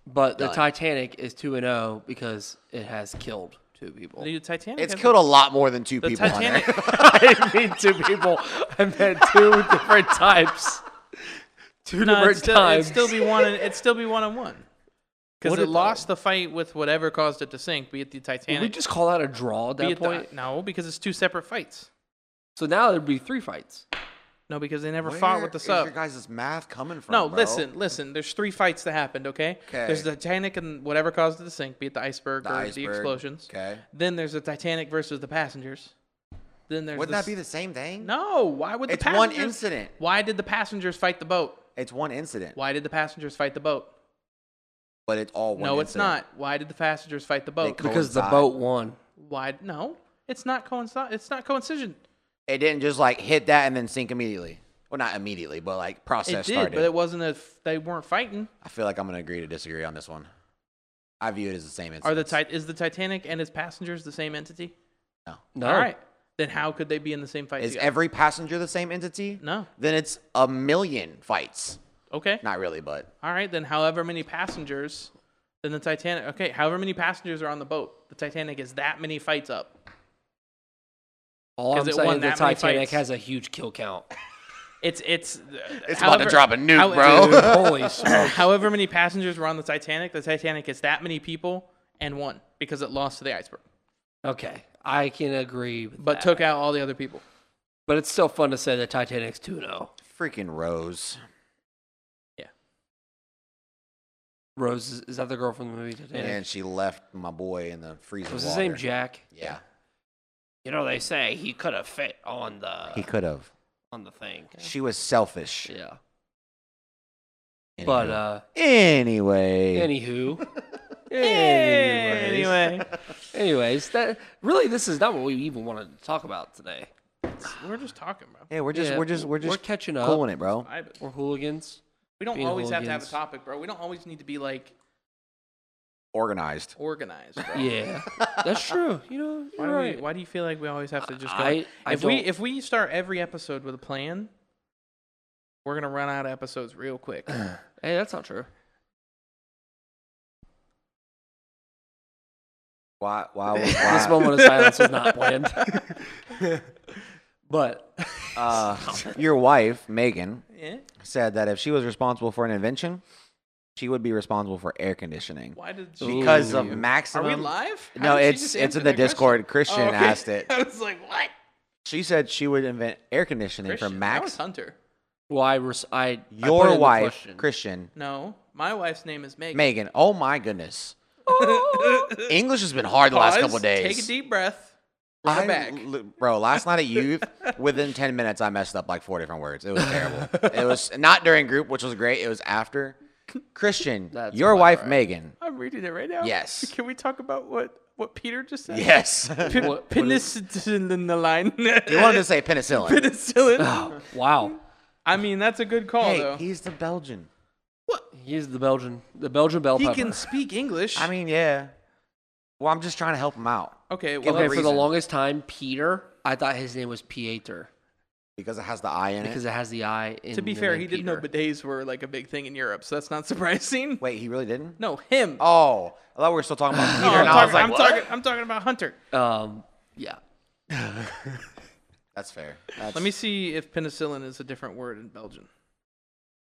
but the Done. Titanic is 2 and 0 because it has killed two people. The Titanic. It's has- killed a lot more than two The people. Hunter. Titanic. I didn't mean two people. I meant two different types. Two no, different it'd still, it'd types. still be one. And, it'd still be one on one. Because What it if- lost the fight with whatever caused it to sink, be it the Titanic. Did we just call that a draw at be that it the- point? no, because it's two separate fights. So now there'd be three fights. No, because they never fought with the Where is sub. your guys' math coming from? No, bro? listen, listen. There's three fights that happened, okay? There's the Okay. Titanic and whatever caused it to sink, be it the iceberg The or the iceberg, explosions. okay. Then there's the Titanic versus the passengers. Then there's Wouldn't that be s- the same thing? No, why would the It's one passengers incident. Why did the passengers fight the boat? It's one incident, Why did the passengers fight the boat? but it's all one no, it's incident. not. Why did the passengers fight the boat? co- Because the Coincide. boat won. why no? It's not coinci- it's not coincision. It didn't just like hit that and then sink immediately. Well, not immediately, but like It did, process started. but it wasn't a f- they weren't fighting. I feel like I'm going to agree to disagree on this one. I view it as the same incident. Are the tit- is the Titanic and its passengers the same entity? No. No. All right. Then how could they be in the same fight? Is together? every passenger the same entity? No. Then it's a million fights. okay? Not really, but All right, then however many passengers, then the Titanic. Okay, however many passengers are on the boat, the Titanic is that many fights up. All 'Cause I'm it won saying, the that many Titanic fights. has a huge kill count. It's it's. it's about to drop a nuke, bro. Dude, holy smokes. however many passengers were on the Titanic, the Titanic is that many people and won because it lost to the iceberg, Okay, I can agree, with but that. took out all the other people. But it's still fun to say that Titanic's two oh. zero. Freaking Rose. Rose is, is that the girl from the movie And Titanic? she left my boy in the freezer. Was his name water. Jack? Yeah. You know they say he could have fit on the He could have. on the thing. She was selfish. Uh, Yeah, but Anywho. uh, anyway. anywho, Anyway, anyways, that really this is not what we even wanted to talk about today. we're just talking, bro. yeah, we're just Yeah, we're just we're we're just catching up. cooling it, bro. I- We're hooligans. We don't Being always have to have a hooligans. topic, bro. We don't always need to be like Organized. organized, bro. Yeah, that's true. You know, Why you're do, right. we, why do you feel like we always have to just go? I- I if we don't- if we start every episode with a plan, we're gonna run out of episodes real quick. Hey, that's not true. Why why why This moment of silence was not planned. but uh, your wife, Megan, yeah. said that if she was responsible for an invention, she would be responsible for air conditioning. Why did she? Because of Ooh. Are maximum we live? How No, did she it's- just it's answer in the that question? Discord. Christian Oh, okay. asked it. I was like, what? She said she would invent air conditioning for Christian, that was max Hunter. why? res- I I put in your the wife, question. Christian, No, my wife's name is Megan. Megan. Oh my goodness. English has been hard the last couple Pause, days. Take a deep breath. Run I it back. li- bro. Last night at youth, within ten minutes, I messed up like four different words. It was terrible. it was not during group, which was great. It was after Christian, That's your about wife right. Megan. I'm reading it right now. Yes. Can we talk about what what Peter just said? Yes, P- What- what penicillin in the line. you Oh. wanted to say penicillin. penicillin. Wow, I mean, that's a good call Hey, though. he's the Belgian. he's the Belgian, the Belgian bell He pepper. can speak English. I mean, yeah. Well, I'm just trying to help him out okay, give a well, okay, that's- for the reason. longest time, Peter. I thought his name was Pieter because it has the I in it. because it has the I. In to be the fair, name he didn't know Peter. bidets were like a big thing in Europe, so that's not surprising. Wait, he really didn't. No, him. Oh, I thought we were still talking about Peter. No, I'm, and I was talking, like, I'm, what? talking, I'm talking about Hunter. Um, yeah, That's fair. That's, Let me see if penicillin is a different word in Belgian.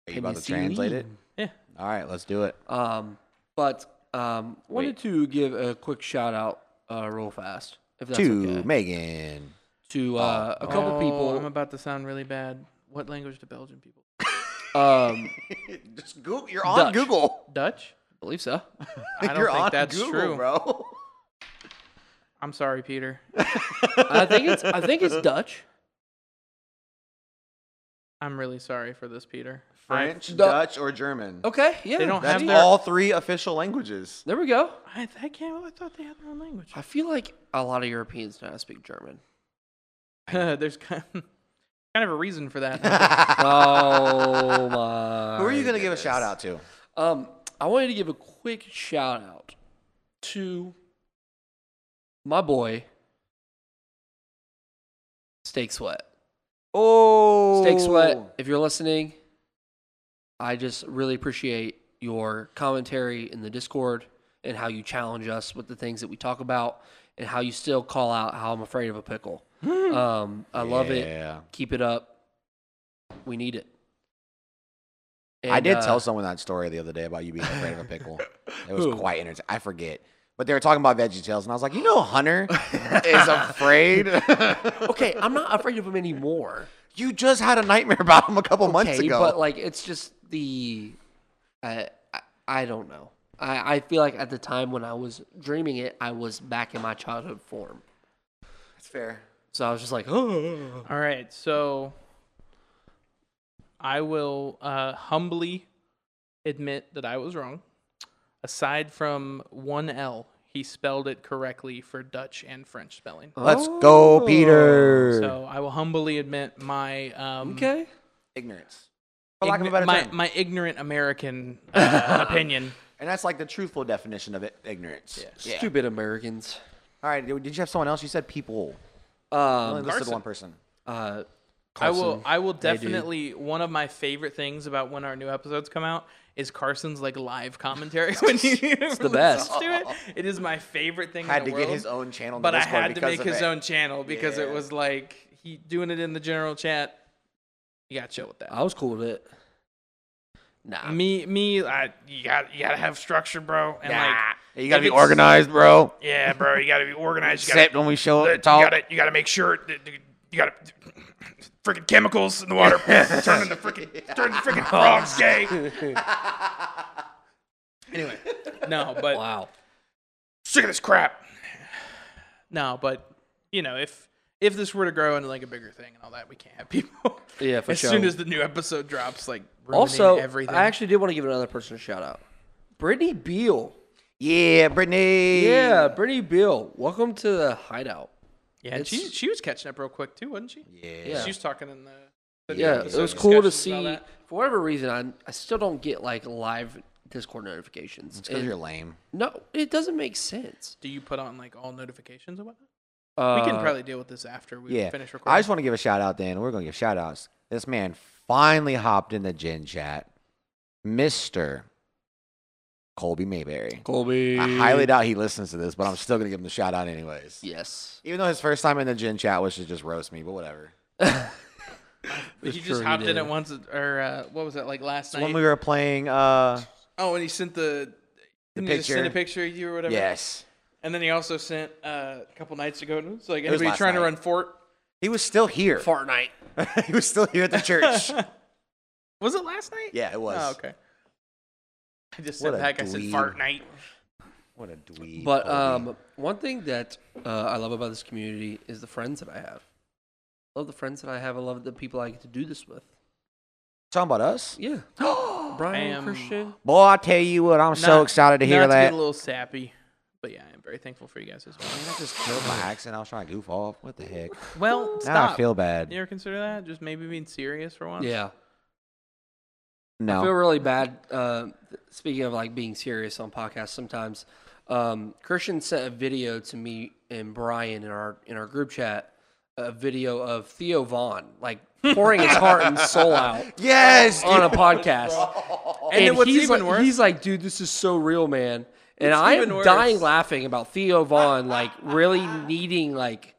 Are you about to translate it? Yeah. All right, let's do it. Um, but um, wanted to give a quick shout out, uh, real fast, if that's to okay, Megan. to uh, a couple oh, people. I'm about to sound really bad. What language do Belgian people? um, I Just Google. You're on Dutch. Google. Dutch? believe so. I don't think that's true. bro. I'm sorry, Peter. I think it's I think it's Dutch. I'm really sorry for this, Peter. French, Du- Dutch, or German. Okay, yeah. They don't That's have see? their- all three official languages. There we go. I, I can't. I thought they had their own language. I feel like a lot of Europeans now speak German. There's kind of, kind of a reason for that. Oh my! Who are you gonna give a shout out to? Um, I wanted to give a quick shout out to my boy, Steak Sweat. Oh, Steak Sweat, if you're listening, I just really appreciate your commentary in the Discord and how you challenge us with the things that we talk about and how you still call out how I'm afraid of a pickle. um, I love it. Hmm. Yeah, Keep it up. We need it. I And, did uh, tell someone that story the other day about you being afraid of a pickle. It was Who? quite entertaining. I forget, but they were talking about Veggie Tales, and I was like, you know, Hunter is afraid. Okay, I'm not afraid of them anymore. you just had a nightmare about him a couple months okay, ago. but like it's just the, I I, I don't know. I, I feel like at the time when I was dreaming it, I was back in my childhood form. That's fair. So I was just like, oh, All right, so I will uh, humbly admit that I was wrong. Aside from one L, he spelled it correctly for Dutch and French spelling. Let's go, Peter. Oh. So I will humbly admit my um, okay. Ignorance, for lack of a igno- better my, term. my ignorant American uh, opinion. And that's like the truthful definition of it, ignorance. Yeah. Stupid Americans. All right. Did you have someone else? You said people. Only Um, listed Carson. one person. uh, I will. Carson. I will Hey, dude. definitely. One of my favorite things about when our new episodes come out is Carson's like live commentary when he it's the best. To it. it is my favorite thing. Had in the to get world, his own channel. in the But I Discord had to because make of his it. own channel because it Yeah. was like he doing it in the general chat. You got to chill with that. I was cool with it. Nah, me, me, I, Uh, you got you gotta have structure, bro. And like, you gotta if be it's- organized, bro. yeah, bro, you gotta be organized. You gotta, Except when we show you it talk. gotta, you gotta make sure that that you gotta freaking chemicals in the water turning the freaking turning the Oh. freaking frogs gay. anyway, no, but wow. sick of this crap. No, but you know, if if this were to grow into like a bigger thing and all that, we can't have people. Yeah, for as sure. soon as the new episode drops, like ruining Also, everything. I actually did want to give another person a shout out. Brittany Beal. Yeah, Brittany. Yeah, Brittany Beal. Welcome to the hideout. yeah, and she it's- she was catching up real quick too, wasn't she? Yeah. She was talking in the Yeah, it episode was cool to discussions about see. that. For whatever reason, I I still don't get like live Discord notifications. Because It- you're lame. no, it doesn't make sense. Do you put on like all notifications and whatnot? Uh, we can probably deal with this after we Yeah. finish recording. I just want to give a shout out then. We're going to give shout outs. This man finally hopped in the gin chat. Mr. Colby Mayberry. Colby. I highly doubt he listens to this, but I'm still going to give him the shout out anyways. Yes. Even though his first time in the gin chat was to just roast me, but whatever. But It's he true, just he hopped in did. at once, or uh, what was that like last So night? when we were playing, uh, oh, and he sent the. The didn't he just send a picture. picture of you or whatever. yes, And then he also sent uh, a couple nights ago. and It was like was anybody last trying to night. run fort. he was still here. Fortnite. he was still here at the church. Was it last night? yeah, it was. Oh, okay. I just What said a that. I said dweeb. fart night. What a dweeb. But Colby. um, one thing that uh, I love about this community is the friends that I have. I love the friends that I have. I love the people I get to do this with. talking about us, Yeah. I Brian am- Christian. boy. I tell you what, I'm so Not- excited to not hear to get that. a little sappy, but yeah, I'm very thankful for you guys as well. Man, I just killed my accent. I was trying to goof off. What the heck? Well, Now I stop. feel bad. You ever consider that? Just maybe being serious for once. Yeah. I feel no, really bad. Uh, speaking of like being serious on podcasts, sometimes um, Christian sent a video to me and Brian in our in our group chat, a video of Theo Vaughn like pouring his heart and soul out yes, Oh, on a podcast. And then what's he's even like, worse- he's like, dude, this is so real, man. And What's I'm even worse- dying laughing about Theo Vaughn like really needing like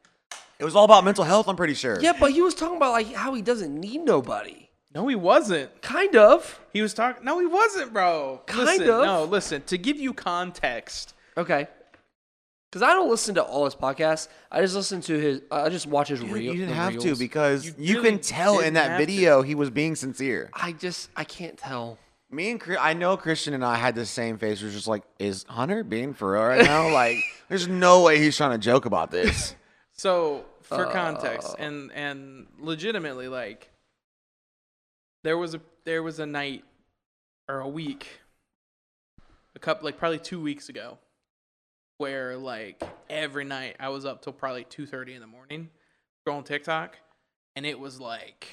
it was all about mental health. I'm pretty sure. yeah, but he was talking about like how he doesn't need nobody. No, he wasn't. Kind of. He was talking. No, he wasn't, bro. Kind listen, of. No, listen. To give you context, Okay. Because I don't listen to all his podcasts. I just listen to his. I just watch his Dude, reels. you didn't the have to reels. because You you, really can tell didn't in have that to. video he was being sincere. I just I can't tell. Me and Chri- I know Christian and I had the same face. We're just like, is Hunter being for real right now? like, there's no way he's trying to joke about this. so for context, and and legitimately, like there was a there was a night or a week, a couple like probably two weeks ago, where like every night I was up till probably two thirty in the morning, scrolling TikTok, and it was like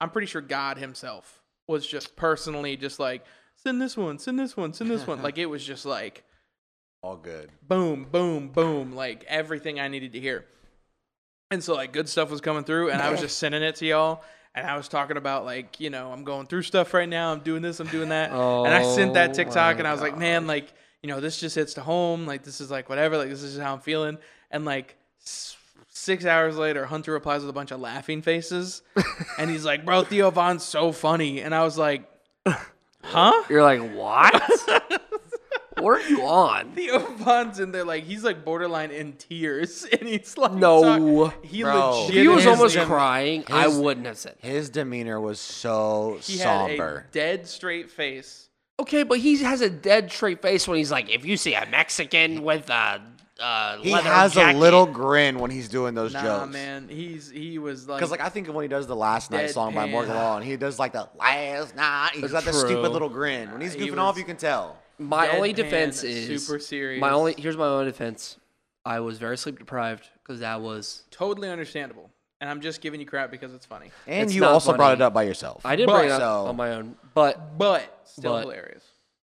I'm pretty sure God Himself was just personally just like send this one, send this one, send this one. like it was just like All good. boom, boom, boom, like everything I needed to hear. And so like good stuff was coming through and I was just sending it to y'all and I was talking about like, you know, I'm going through stuff right now, I'm doing this, I'm doing that. and I sent Oh that TikTok my and I was like, man, like, you know, this just hits to home, like this is like whatever, like this is how I'm feeling. And like s- 6 hours later, Hunter replies with a bunch of laughing faces and he's like, "Bro, Theo Von's so funny." And I was like, "Huh?" You're like what? what are you on? Theo Von's in there, like he's like borderline in tears, and he's like, No. talk- he Bro. legit. If he was His- is- almost his- crying, I his- wouldn't have said. That. His demeanor was so He had somber. a dead straight face. Okay, but he has a dead straight face when he's like, if you see a Mexican with a uh, He leather has jacket, a little grin when he's doing those Nah, jokes. man, he's he was like, Because like I think of when he does the last night song by Deadpan. Morgan Law, and he does like the last night. He's got that True. stupid little grin when he's Nah, he goofing off. was- You can tell. My only deadpan, defense is super serious. My only here's my only defense. I was very sleep deprived because that was totally understandable. And I'm just giving you crap because it's funny, And It's you not also brought funny. it up by yourself. I did But- bring it up so- on my own, but but still But- hilarious.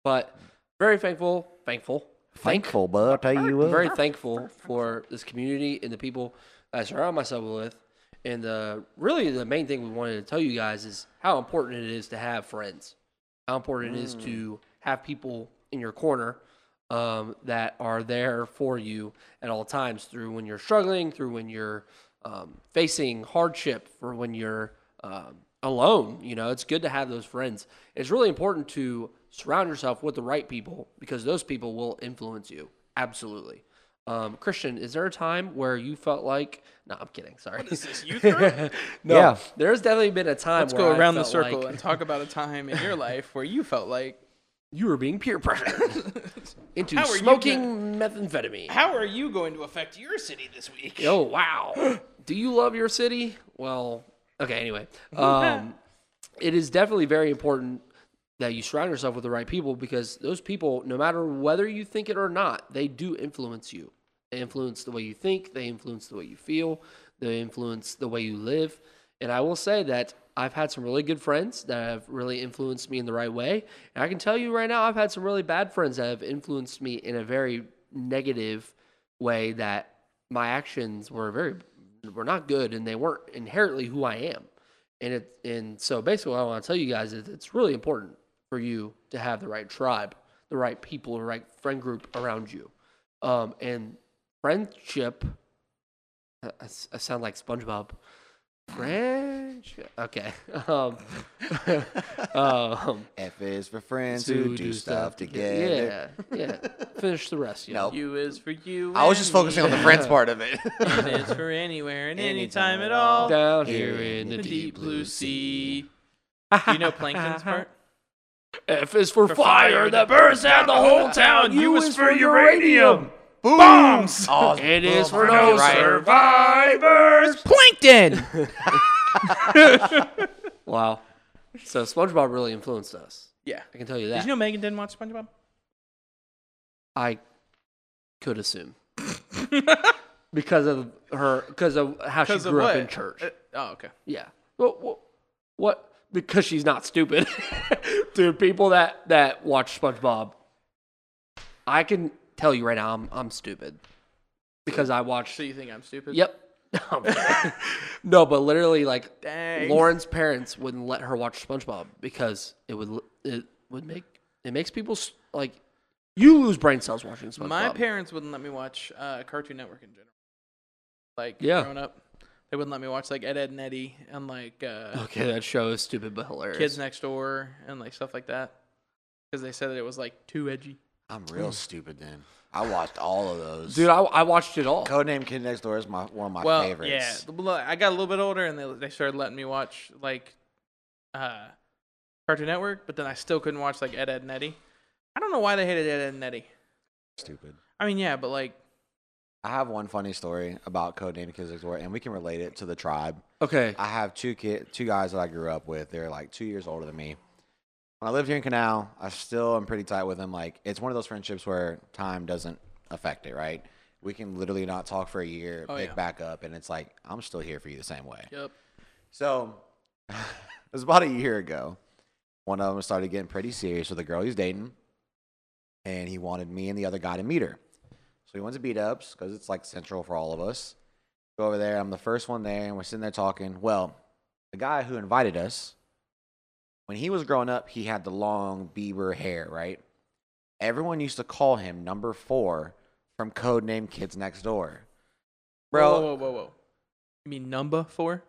but very thankful, thankful Thankful, bud. I'll tell you what. I'm very thankful for this community and the people I surround myself with. And uh, really, the main thing we wanted to tell you guys is how important it is to have friends, how important it is to have people in your corner um, that are there for you at all times through when you're struggling, through when you're um, facing hardship, for when you're um, alone. You know, it's good to have those friends. It's really important to surround yourself with the right people because those people will influence you. Absolutely. Um, Christian, is there a time where you felt like? No, I'm kidding. Sorry. no, Yeah. there's definitely been a time. Let's where go I around the felt circle like and talk about a time in your life where you felt like, you were being peer pressured into How are you smoking methamphetamine. how are you going to affect your city this week? Oh wow. Do you love your city? Well, okay, anyway. Um, it is definitely very important that you surround yourself with the right people because those people, no matter whether you think it or not, they do influence you. They influence the way you think, they influence the way you feel, they influence the way you live. And I will say that I've had some really good friends that have really influenced me in the right way. And I can tell you right now, I've had some really bad friends that have influenced me in a very negative way that my actions were very were not good and they weren't inherently who I am. And it and so basically what I want to tell you guys is it's really important for you to have the right tribe, the right people, the right friend group around you. Um and friendship I, I s- I sound like SpongeBob. French okay. Um, um F is for friends who do stuff together. Yeah, yeah. Finish the rest, you Nope. U is for you. I was just and focusing on the friends part of it. N is for anywhere and any Anytime time at at all. down here in the The deep. deep blue sea. Uh-huh. Do you know Plankton's part? F is for, fire that burns down the whole town. U is for uranium. Bombs. Oh, It is for no no survivors. Plankton! Wow. So SpongeBob really influenced us. yeah. I can tell you Did that. you know Megan didn't watch SpongeBob? I could assume because of her, because of how she grew up in church. Uh, oh, okay. Yeah. What? What? what? Because she's not stupid, dude. People that that watch SpongeBob, I can tell you right now, I'm I'm stupid because I watched So you think I'm stupid? Yep. No, I'm kidding. no, but literally, like Dang. Lauren's parents wouldn't let her watch SpongeBob because it would it would make it makes people s- like you lose brain cells watching SpongeBob. My parents wouldn't let me watch uh, Cartoon Network in general. Like Yeah. growing up, they wouldn't let me watch like Ed, Ed and Eddie and like uh, Okay, that show is stupid but hilarious. Kids Next Door and like stuff like that because they said that it was like too edgy. I'm real stupid then. I watched all of those. dude, I, I watched it all. Codename Kid Next Door is my one of my well, yeah, favorites. the blo- I got a little bit older and they they started letting me watch like uh, Cartoon Network, but then I still couldn't watch like Ed, Ed and Eddie. I don't know why they hated Ed, Ed and Eddie. Stupid. I mean, yeah, but like I have one funny story about Codename Kid Next Door, and we can relate it to the tribe. Okay, I have two kid, two guys that I grew up with. They're like two years older than me. When I lived here in Canal, I still am pretty tight with them. Like it's one of those friendships where time doesn't affect it, right? We can literally not talk for a year, Oh, pick yeah. back up, and it's like I'm still here for you the same way. yep. So it was about a year ago. One of them started getting pretty serious with a girl he's dating, and he wanted me and the other guy to meet her. So he went to beat ups because it's like central for all of us. Go over there. I'm the first one there, and we're sitting there talking. Well, the guy who invited us, when he was growing up, he had the long Bieber hair, right? Everyone used to call him Number Four from Codename Kids Next Door. Bro, Whoa, whoa, whoa, whoa. You mean number four?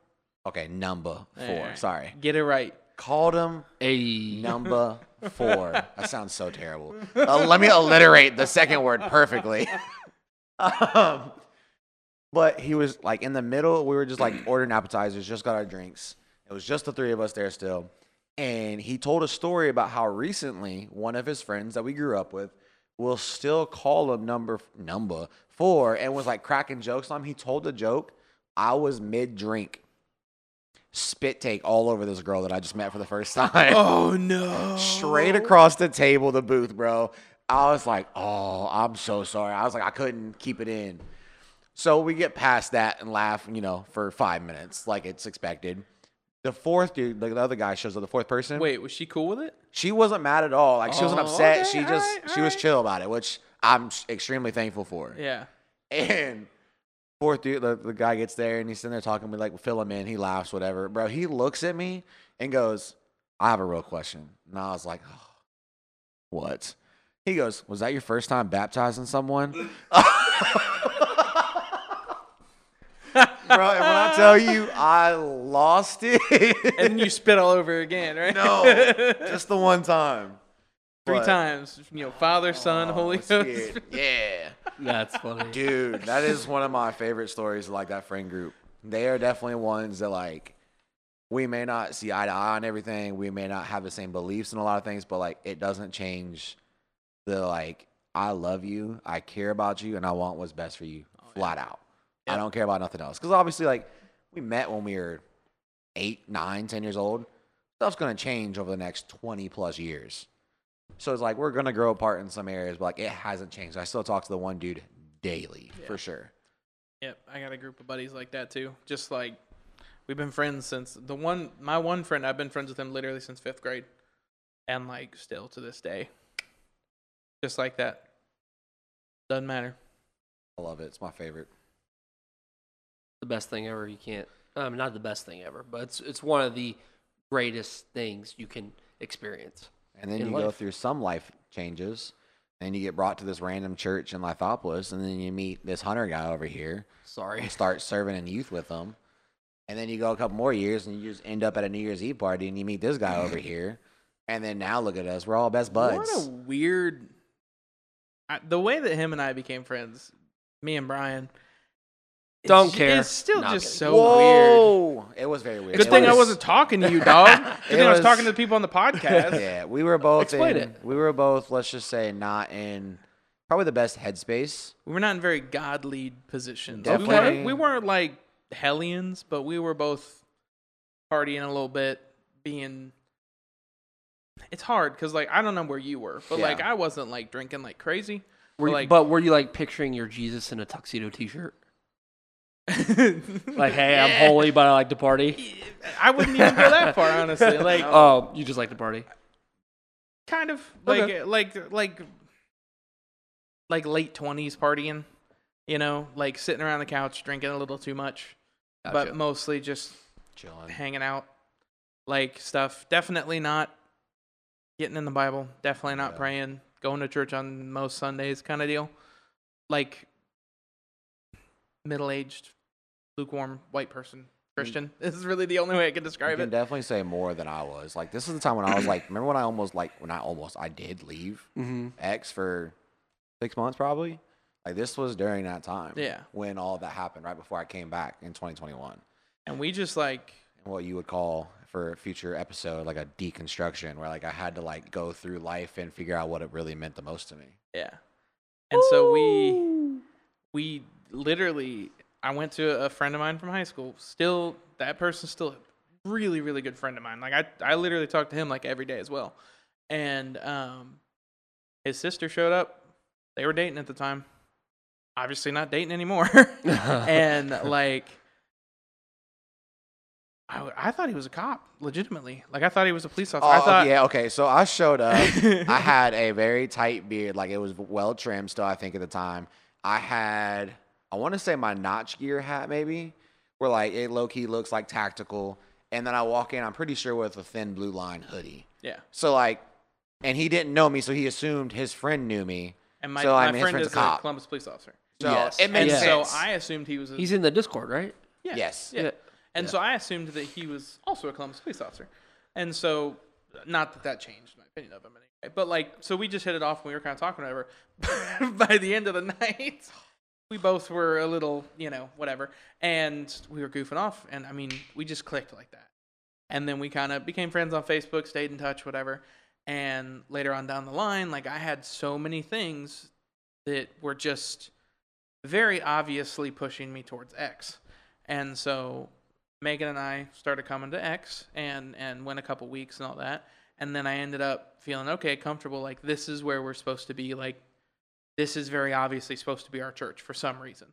okay, Number Four. Alright. Sorry, Get it right. called him a Number four. That sounds so terrible. Uh, let me alliterate the second word perfectly. um, but he was like in the middle. We were just like ordering appetizers, just got our drinks. It was just the three of us there still. And he told a story about how recently one of his friends that we grew up with will still call him number number four and was like cracking jokes on him. He told a joke. I was mid drink. Spit take all over this girl that I just met for the first time Oh no. straight Oh. across the table, the booth, bro. I was like, oh, I'm so sorry. I was like, I couldn't keep it in. So we get past that and laugh, you know, for five minutes, like it's expected. The fourth dude, the other guy shows up, the fourth person. Wait, was she cool with it? She wasn't mad at all. Like she wasn't Oh, upset. okay, she just alright, she was alright. chill about it, which I'm s- extremely thankful for. Yeah. And poor dude, the, the guy gets there and he's sitting there talking. We like fill him in. He laughs, whatever. Bro, he looks at me and goes, "I have a real question." And I was like, "Oh, "What?" He goes, "Was that your first time baptizing someone?" Bro, and when I tell you, I lost it. And you spit all over again, right? no, just the one time. Three But- times. You know, Father, Son, Holy Oh, Ghost. shit. Yeah. That's funny. Dude, that is one of my favorite stories. Like that friend group, they are definitely ones that like we may not see eye to eye on everything. We may not have the same beliefs in a lot of things, but like it doesn't change the like I love you, I care about you, and I want what's best for you, flat out. I don't care about nothing else because obviously, like we met when we were eight, nine, ten years old. Stuff's gonna change over the next twenty plus years. So it's like we're gonna grow apart in some areas, but like it hasn't changed. I still talk to the one dude daily for sure. Yep, I got a group of buddies like that too. Just like we've been friends since the one my one friend I've been friends with him literally since 5th grade and like still to this day. Just like that. Doesn't matter. I love it. It's my favorite. the best thing ever. You can't. I mean, not the best thing ever, but it's it's one of the greatest things you can experience. And then In you go life. through some life changes, and you get brought to this random church in Lithopolis, and then you meet this hunter guy over here, Sorry. and start serving in youth with them. And then you go a couple more years, and you just end up at a New Year's Eve party, and you meet this guy over here. And then now look at us. We're all best buds. What a weird. I, the way that him and I became friends, me and Brian. it's Don't ju- care. It's still Not just kidding. so weird. weird. It was very weird. Good It thing I was- wasn't talking to you, dog. Good It thing I was was- talking to the people on the podcast. Yeah, we were both Explain in, it. We were both, let's just say, not in probably the best headspace. We're not in very godly positions. We Definitely. weren't, we weren't like hellions, but we were both partying a little bit, being. It's hard because, like, I don't know where you were, but Yeah. like, I wasn't like drinking like crazy. Were you, like- but were you like picturing your Jesus in a tuxedo T-shirt? Like, hey, I'm holy, but I like to party. I wouldn't even go that far, honestly. Like, oh, you just like to party. kind of like Okay. like like like late twenties partying, you know, like sitting around the couch drinking a little too much, Gotcha. but mostly just Chilling. hanging out, like stuff. Definitely not getting in the Bible. Definitely not Yeah. praying. Going to church on most Sundays, kind of deal. Like middle aged, lukewarm white person Christian. This is really the only way I can You describe can it. definitely say more than I was. Like this is the time when I was like, remember when I almost like when I almost I did leave Mm-hmm. Mhm. X for six months probably. Like this was during that time. Yeah. When all that happened, right before I came back in 2021, And we just like what you would call for a future episode like a deconstruction, where like I had to like go through life and figure out what it really meant the most to me. Yeah. And so we we literally I went to a friend of mine from high school. Still that person's still a really, really good friend of mine. Like I, I literally talk to him like every day as well. And um his sister showed up. They were dating at the time. Obviously not dating anymore. and like I, w- I thought he was a cop, legitimately. Like I thought he was a police officer. I Oh, thought yeah, okay. So I showed up. I had a very tight beard, like it was well trimmed still, I think, at the time. I had, I want to say my notch gear hat, maybe, where like it low key looks like tactical. And then I walk in, I'm pretty sure with a thin blue line hoodie. yeah. So like, and he didn't know me, so he assumed his friend knew me. And my, so I my mean, his friend friend's is a cop. Columbus police officer. so Yes. it And makes Yeah. so sense. I assumed he was. A, He's in the Discord, right? yeah, Yes. Yeah. Yeah. And Yeah. so I assumed that he was also a Columbus police officer. And so, not that that changed my opinion of him in any way, but like, so we just hit it off when we were kind of talking, or whatever. By the end of the night, we both were a little, you know, whatever. And we were goofing off. And I mean, we just clicked like that. And then we kind of became friends on Facebook, stayed in touch, whatever. And later on down the line, like, I had so many things that were just very obviously pushing me towards X. And so Megan and I started coming to X and and went a couple weeks and all that. And then I ended up feeling okay, comfortable like this is where we're supposed to be like this is very obviously supposed to be our church for some reason.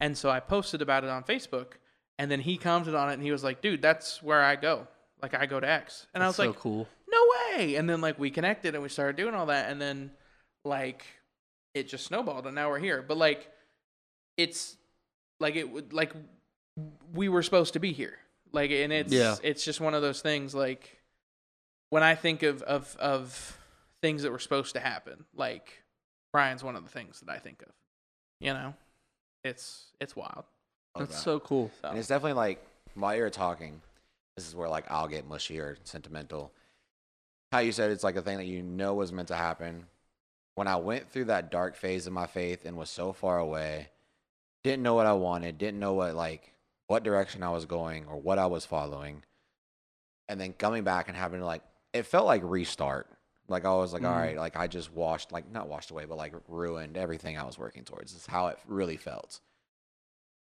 And so I posted about it on Facebook and then he commented on it and he was like, "Dude, that's where I go. Like I go to X." And I was so like, cool. no way and then like we connected and we started doing all that and then like it just snowballed and now we're here. But like it's like it would like we were supposed to be here. Like and it's Yeah. it's just one of those things like when I think of of of things that were supposed to happen, like Brian's one of the things that I think of. You know? It's it's wild. Love That's that. so cool. And it's definitely like while you're talking, this is where like I'll get mushy or sentimental. How you said it's like a thing that you know was meant to happen. When I went through that dark phase of my faith and was so far away, didn't know what I wanted, didn't know what like what direction I was going or what I was following, and then coming back and having to like it felt like restart. Like I was like, all Mm-hmm. Mhm. right, like I just washed like not washed away, but like ruined everything I was working towards. This is how it really felt.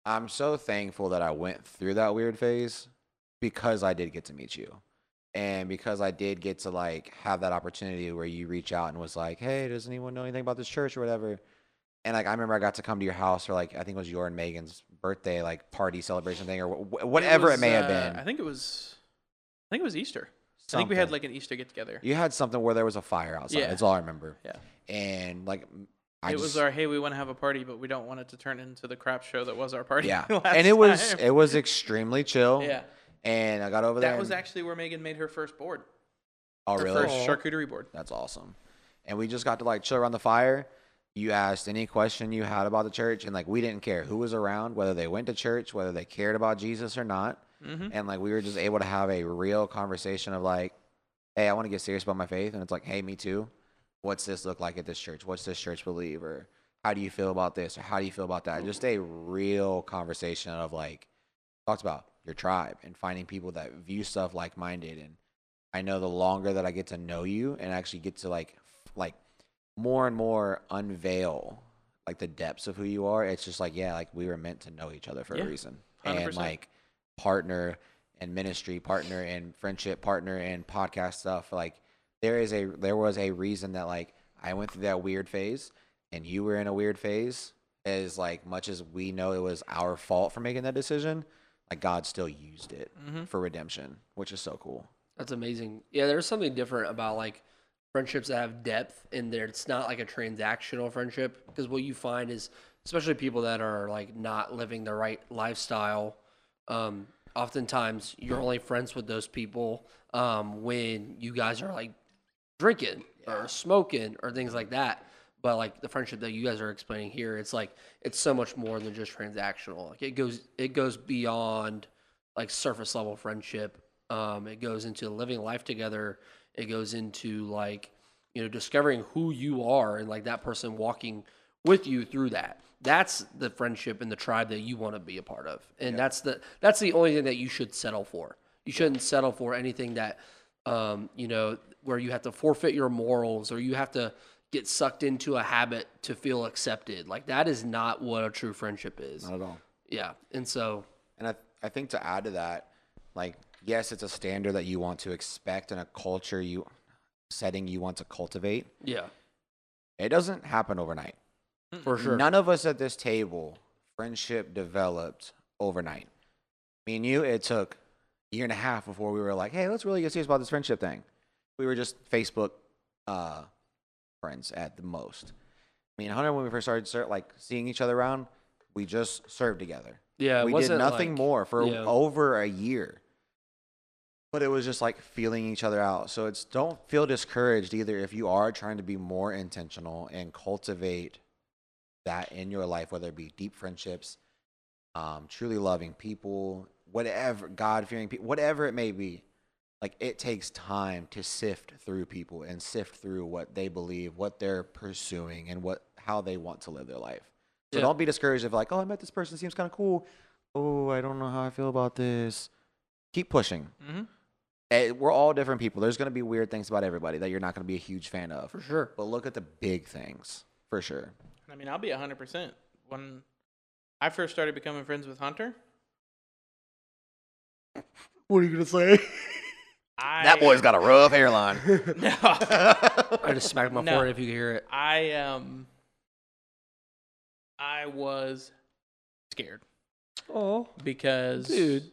I'm so thankful that I went through that weird phase because I did get to meet you. And because I did get to like have that opportunity where you reach out and was like, Hey, does anyone know anything about this church or whatever? And like I remember I got to come to your house or like I think it was your and Megan's birthday like party celebration thing or wh- wh- whatever it, was, may have uh, been. I think it was I think it was Easter. I think we Something. had like an Easter get together. You had something where there was a fire outside. Yeah. That's all I remember. Yeah. And like I it just, was our hey, we want to have a party, but we don't want it to turn into the crap show that was our party. yeah. last and it was time. it was extremely chill. yeah. And I got over there. That was and- actually where Megan made her first board, oh her really? first charcuterie board. That's awesome. And we just got to like chill around the fire. You asked any question you had about the church, and like we didn't care who was around, whether they went to church, whether they cared about Jesus or not. Mm-hmm. And like we were just able to have a real conversation of like, hey, I want to get serious about my faith. And it's like, hey, me too. What's this look like at this church? What's this church believe? Or how do you feel about this? Or how do you feel about that? Just a real conversation of like, talked about your tribe and finding people that view stuff like minded. And I know the longer that I get to know you and actually get to like, f- like more and more unveil like the depths of who you are, it's just like, yeah, like we were meant to know each other for Yeah, a reason. And 100%. like, partner and ministry partner and friendship partner and podcast stuff like there is a there was a reason that like i went through that weird phase and you were in a weird phase as like much as we know it was our fault for making that decision like god still used it Mhm. for redemption which is so cool That's amazing. Yeah, there's something different about like friendships that have depth in there. It's not like a transactional friendship because what you find is, especially people that are like not living the right lifestyle, um, oftentimes you're only friends with those people um, when you guys are like drinking or smoking or things like that. But like the friendship that you guys are explaining here, it's like it's so much more than just transactional. Like it goes it goes beyond like surface level friendship. Um, it goes into living life together. It goes into like you know discovering who you are and like that person walking with you through that. That's the friendship and the tribe that you want to be a part of, and that's the that's the only thing that you should settle for. You shouldn't settle for anything that um, you know where you have to forfeit your morals or you have to get sucked into a habit to feel accepted. Like that is not what a true friendship is. not at all Yeah, and so And I, I think to add to that, like, yes, it's a standard that you want to expect in a culture you setting you want to cultivate. yeah, It doesn't happen overnight. for sure. None of us at this table, friendship developed overnight. Me and you, it took a year and a half before we were like, hey, let's really get serious about this friendship thing. We were just Facebook uh, friends at the most. Me and Hunter, when we first started ser- like seeing each other around, we just served together yeah, it we did wasn't nothing like- more for yeah. over a year. But it was just like feeling each other out. So it's don't feel discouraged either if you are trying to be more intentional and cultivate that in your life, whether it be deep friendships, um, truly loving people, whatever, God fearing people, whatever it may be. Like it takes time to sift through people and sift through what they believe, what they're pursuing, and what how they want to live their life. So Yeah. don't be discouraged if like, oh, I met this person, seems kind of cool. Oh, I don't know how I feel about this. Keep pushing. Mm-hmm. Eh, We're all different people. There's gonna be weird things about everybody that you're not gonna be a huge fan of. for sure. But look at the big things for sure. I mean, I'll be hundred percent when I first started becoming friends with Hunter. What are you gonna say? I, That boy's got a rough hairline. no. I just smacked my No. forehead if you could hear it. I um. I was scared Oh, because Dude.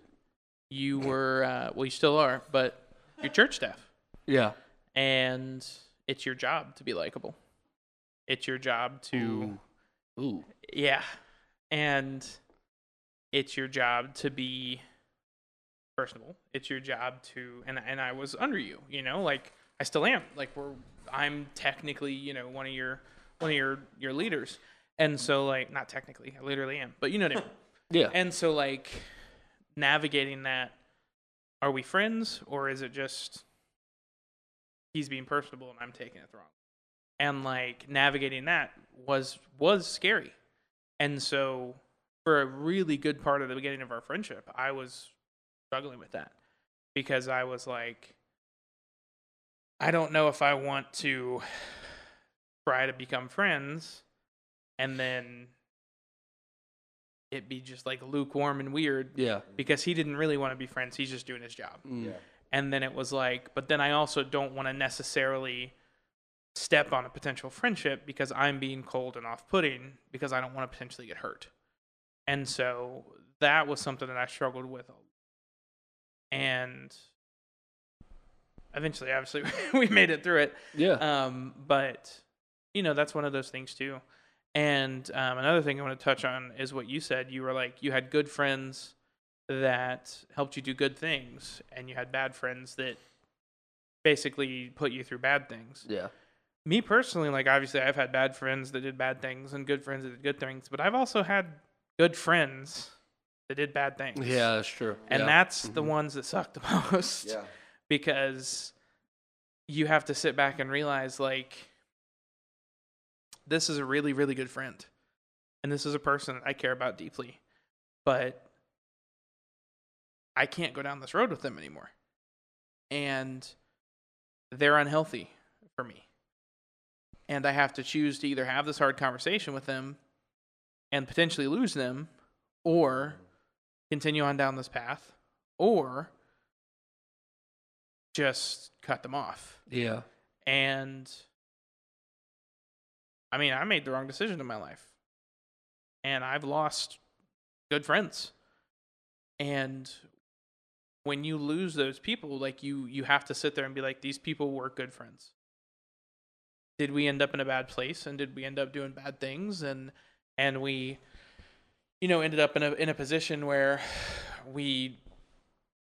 you were uh, well, you still are, but your church staff. yeah, and it's your job to be likable. It's your job to Ooh, yeah. And it's your job to be personable. It's your job to and and I was under you, you know, like I still am. Like we're I'm technically, you know, one of your one of your your leaders. And so like not technically, I literally am. But you know what I mean. yeah. And so like navigating that are we friends or is it just he's being personable and I'm taking it the wrong. way? And like navigating that was was scary. And so for a really good part of the beginning of our friendship, I was struggling with that because I was like I don't know if I want to try to become friends and then it be just like lukewarm and weird yeah. because he didn't really want to be friends. He's just doing his job. Mm. Yeah. And then it was like, but then I also don't want to necessarily step on a potential friendship because I'm being cold and off putting because I don't want to potentially get hurt. And so that was something that I struggled with. a- And eventually, obviously, we made it through it. Yeah. Um, but you know, that's one of those things too. And um, another thing I want to touch on is what you said. You were like, you had good friends that helped you do good things, and you had bad friends that basically put you through bad things. yeah. Me personally, like obviously, I've had bad friends that did bad things and good friends that did good things, but I've also had good friends that did bad things. Yeah, that's true. And yeah. that's the Mhm. ones that suck the most Yeah. because you have to sit back and realize like this is a really really good friend and this is a person that I care about deeply but I can't go down this road with them anymore and they're unhealthy for me and I have to choose to either have this hard conversation with them and potentially lose them or continue on down this path or just cut them off. yeah. And I mean, I made the wrong decision in my life. And I've lost good friends. And when you lose those people, like you you have to sit there and be like these people were good friends. Did we end up in a bad place and did we end up doing bad things and and we you know ended up in a in a position where we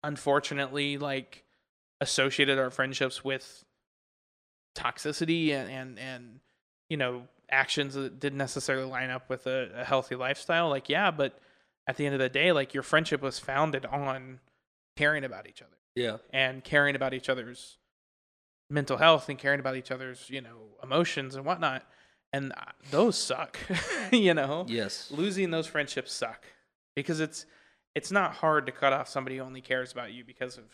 unfortunately like associated our friendships with toxicity and and, and you know actions that didn't necessarily line up with a, a healthy lifestyle like yeah but at the end of the day like your friendship was founded on caring about each other Yeah. and caring about each other's mental health and caring about each other's you know emotions and whatnot and uh, those suck you know Yes. losing those friendships suck because it's it's not hard to cut off somebody who only cares about you because of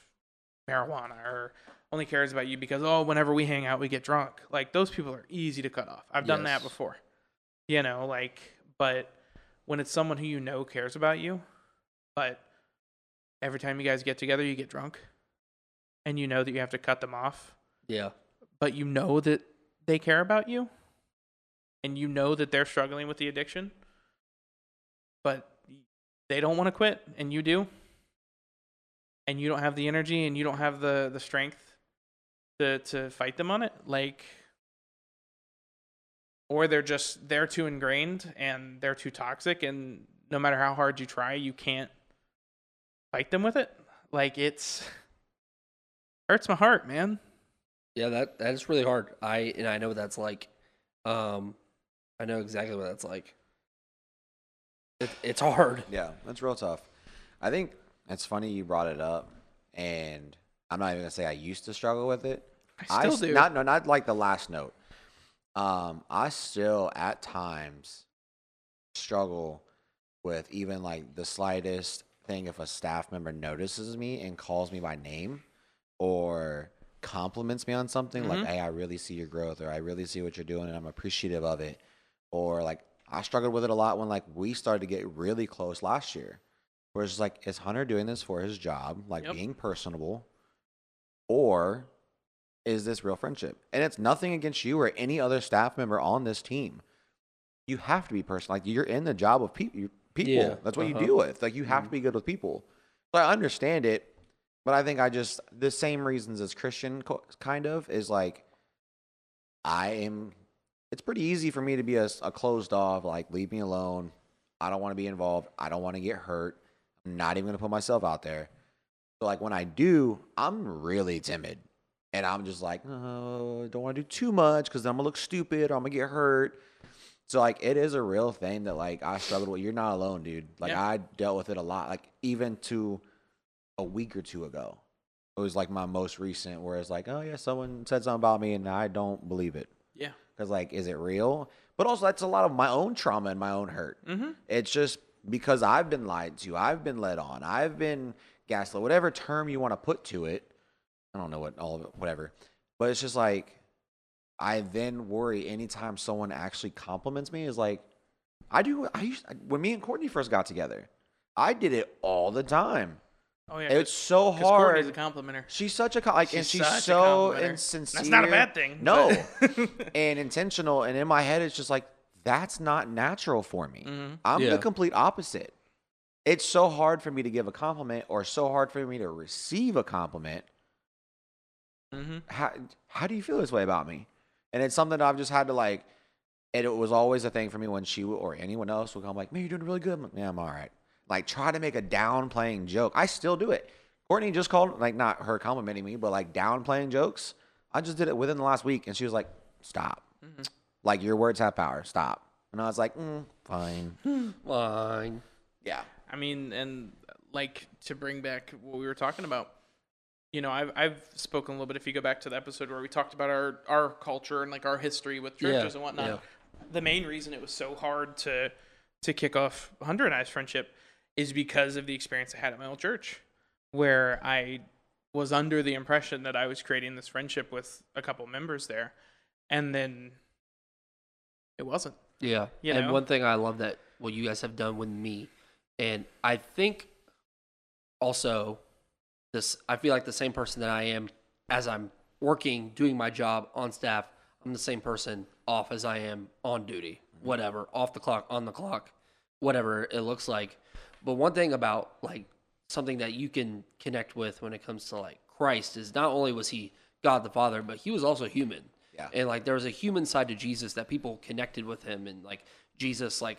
marijuana or only cares about you because oh whenever we hang out we get drunk like those people are easy to cut off i've done that Yes. before you know like but when it's someone who you know cares about you but every time you guys get together you get drunk and you know that you have to cut them off Yeah. but you know that they care about you and you know that they're struggling with the addiction but they don't want to quit and you do and you don't have the energy and you don't have the the strength to to fight them on it like or they're just they're too ingrained and they're too toxic and no matter how hard you try you can't fight them with it like it's hurts my heart man Yeah, that that is really hard. I and I know what that's like. Um I know exactly what that's like. It, it's hard. Yeah, that's real tough. I think it's funny you brought it up, and I'm not even gonna say I used to struggle with it. i still s- do Not no, not like the last note. Um, I still at times struggle with even like the slightest thing if a staff member notices me and calls me by name or compliments me on something Mm-hmm. like hey i really see your growth or i really see what you're doing and i'm appreciative of it or like i struggled with it a lot when like we started to get really close last year where it's just like is hunter doing this for his job like Yep. being personable or is this real friendship and it's nothing against you or any other staff member on this team you have to be personal like you're in the job of people people Yeah, that's what uh-huh. you deal with like you have to be good with people so i understand it but I think I just the same reasons as Christian co- kind of is like I am it's pretty easy for me to be a, s- a closed off, like leave me alone. I don't want to be involved. I don't want to get hurt. I'm not even gonna put myself out there. So like when I do, I'm really timid, and I'm just like, oh, don't want to do too much because I'm gonna look stupid. Or I'm gonna get hurt. So like it is a real thing that like I struggled with. You're not alone, dude. Like Yeah. I dealt with it a lot. Like even to a week or two ago, it was like my most recent, where it's like, oh yeah, someone said something about me, and I don't believe it Yeah. because like is it real but also that's a lot of my own trauma and my own hurt Mm-hmm. it's just because i've been lied to i've been led on i've been gaslit whatever term you want to put to it i don't know what all of it whatever but it's just like i then worry anytime someone actually compliments me is like i do i used when me and courtney first got together i did it all the time Oh yeah. it's so Because Courtney's hard a complimenter. She's such a co- like, and She's she's such a so complimenter. insincere. That's not a bad thing, No, but- and intentional. And in my head, it's just like that's not natural for me. Mhm. I'm Yeah. the complete opposite. It's so hard for me to give a compliment, or so hard for me to receive a compliment. Mm-hmm. How how do you feel this way about me? And it's something that I've just had to like. And it was always a thing for me when she would, or anyone else would come like, "Man, you're doing really good." I'm like, "Yeah, I'm all right." Like try to make a downplaying joke. I still do it. Courtney just called like not her complimenting me, but like downplaying jokes. I just did it within the last week, and she was like, "Stop." Like your words have power. Stop. And I was like, mm, "Fine." Fine. yeah. I mean, and like to bring back what we were talking about, you know, I've I've spoken a little bit. If you go back to the episode where we talked about our our culture and like our history with Yeah, churches and whatnot, the main reason it was so hard to to kick off Hunter and I's friendship is because of the experience I had at my old church, where I was under the impression that I was creating this friendship with a couple members there, and then it wasn't. Yeah. You and know? one thing I love that what you guys have done with me, and I think also this, I feel like the same person that I am as I'm working, doing my job on staff. I'm the same person off as I am on duty, Mm-hmm. whatever, off the clock, on the clock, whatever it looks like. But one thing about like something that you can connect with when it comes to like Christ is not only was he God the Father, but he was also human. Yeah. And like there was a human side to Jesus that people connected with him and like Jesus like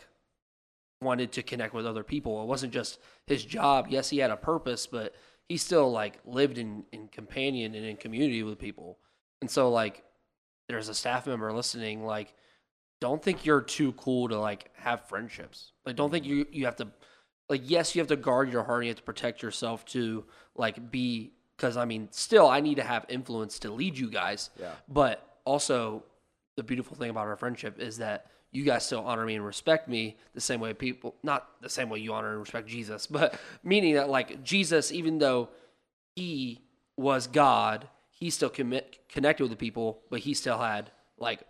wanted to connect with other people. It wasn't just his job. Yes, he had a purpose, but he still like lived in in companion and in community with people. And so like there's a staff member listening like don't think you're too cool to like have friendships. Like don't think you you have to like yes, you have to guard your heart, you have to protect yourself to like be cuz I mean still I need to have influence to lead you guys. Yeah. But also the beautiful thing about our friendship is that you guys still honor me and respect me the same way people not the same way you honor and respect Jesus, but meaning that like Jesus, even though he was God, he still commit, connected with the people, but he still had like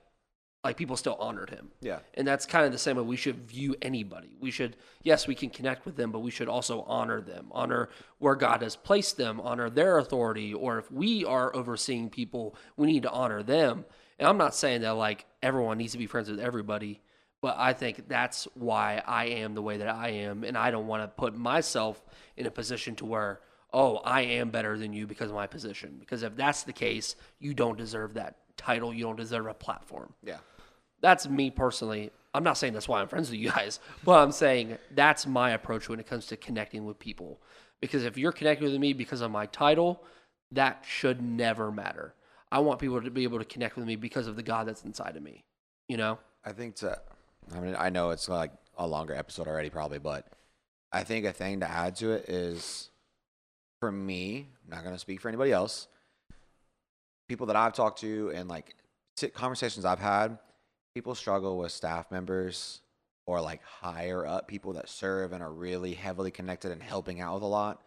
like people still honored him. Yeah. And that's kind of the same way we should view anybody. We should, yes, we can connect with them, but we should also honor them, honor where God has placed them, honor their authority. Or if we are overseeing people, we need to honor them. And I'm not saying that like everyone needs to be friends with everybody, but I think that's why I am the way that I am. And I don't want to put myself in a position to where, oh, I am better than you because of my position. Because if that's the case, you don't deserve that title, you don't deserve a platform Yeah. that's me personally. I'm not saying that's why I'm friends with you guys, but I'm saying that's my approach when it comes to connecting with people. Because if you're connecting with me because of my title, that should never matter. I want people to be able to connect with me because of the God that's inside of me. You know? I think to, I mean, I know it's like a longer episode already, probably, but I think a thing to add to it is for me, I'm not going to speak for anybody else, people that I've talked to and like si- conversations I've had, people struggle with staff members or like higher up people that serve and are really heavily connected and helping out with a lot.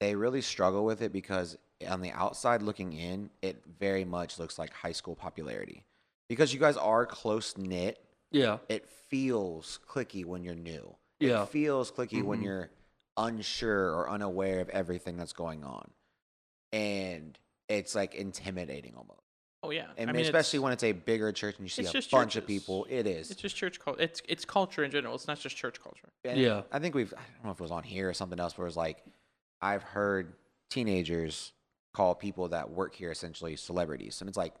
They really struggle with it because on the outside looking in, it very much looks like high school popularity because you guys are close knit, Yeah. it feels clicky when you're new. Yeah. It feels clicky when Mm-hmm. Mhm. you're unsure or unaware of everything that's going on. And it's like intimidating almost. Oh yeah. And I mean, especially it's- when it's a bigger church and you see a it's bunch just of churches. people, it is. It's just church culture. It's it's culture in general. It's not just church culture. And Yeah. I think we've, I don't know if it was on here or something else, where it was like, I've heard teenagers call people that work here essentially celebrities. And it's like,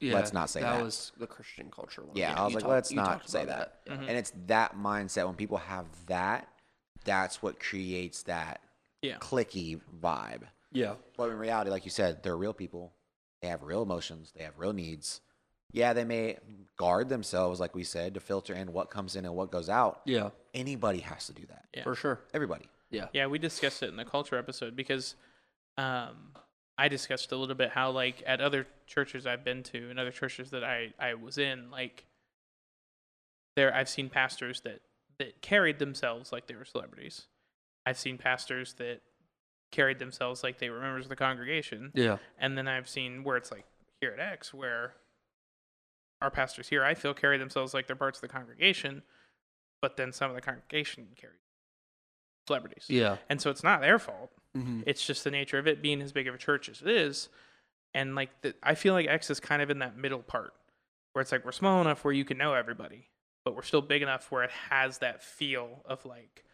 Yeah, Let's not say that. was the Christian culture one. Yeah, I was you like, talked- let's you not talked say about Mm-hmm. that. Yeah. And it's that mindset when people have that, that's what creates that Yeah. clicky vibe. Yeah. But in reality, like you said, they're real people. They have real emotions. They have real needs. Yeah, they may guard themselves, like we said, to filter in what comes in and what goes out. yeah, Anybody has to do that. Yeah. for sure. Everybody. Yeah, Yeah, we discussed it in the culture episode because um, I discussed a little bit how, like, at other churches I've been to and other churches that I, I was in, like, there I've seen pastors that, that carried themselves like they were celebrities. I've seen pastors that carried themselves like they were members of the congregation. yeah, And then I've seen where it's like here at X, where our pastors here, I feel, carry themselves like they're parts of the congregation, but then some of the congregation carry celebrities. yeah. And so it's not their fault. Mm-hmm. It's just the nature of it being as big of a church as it is. And like, the, I feel like X is kind of in that middle part where it's like we're small enough where you can know everybody, but we're still big enough where it has that feel of like,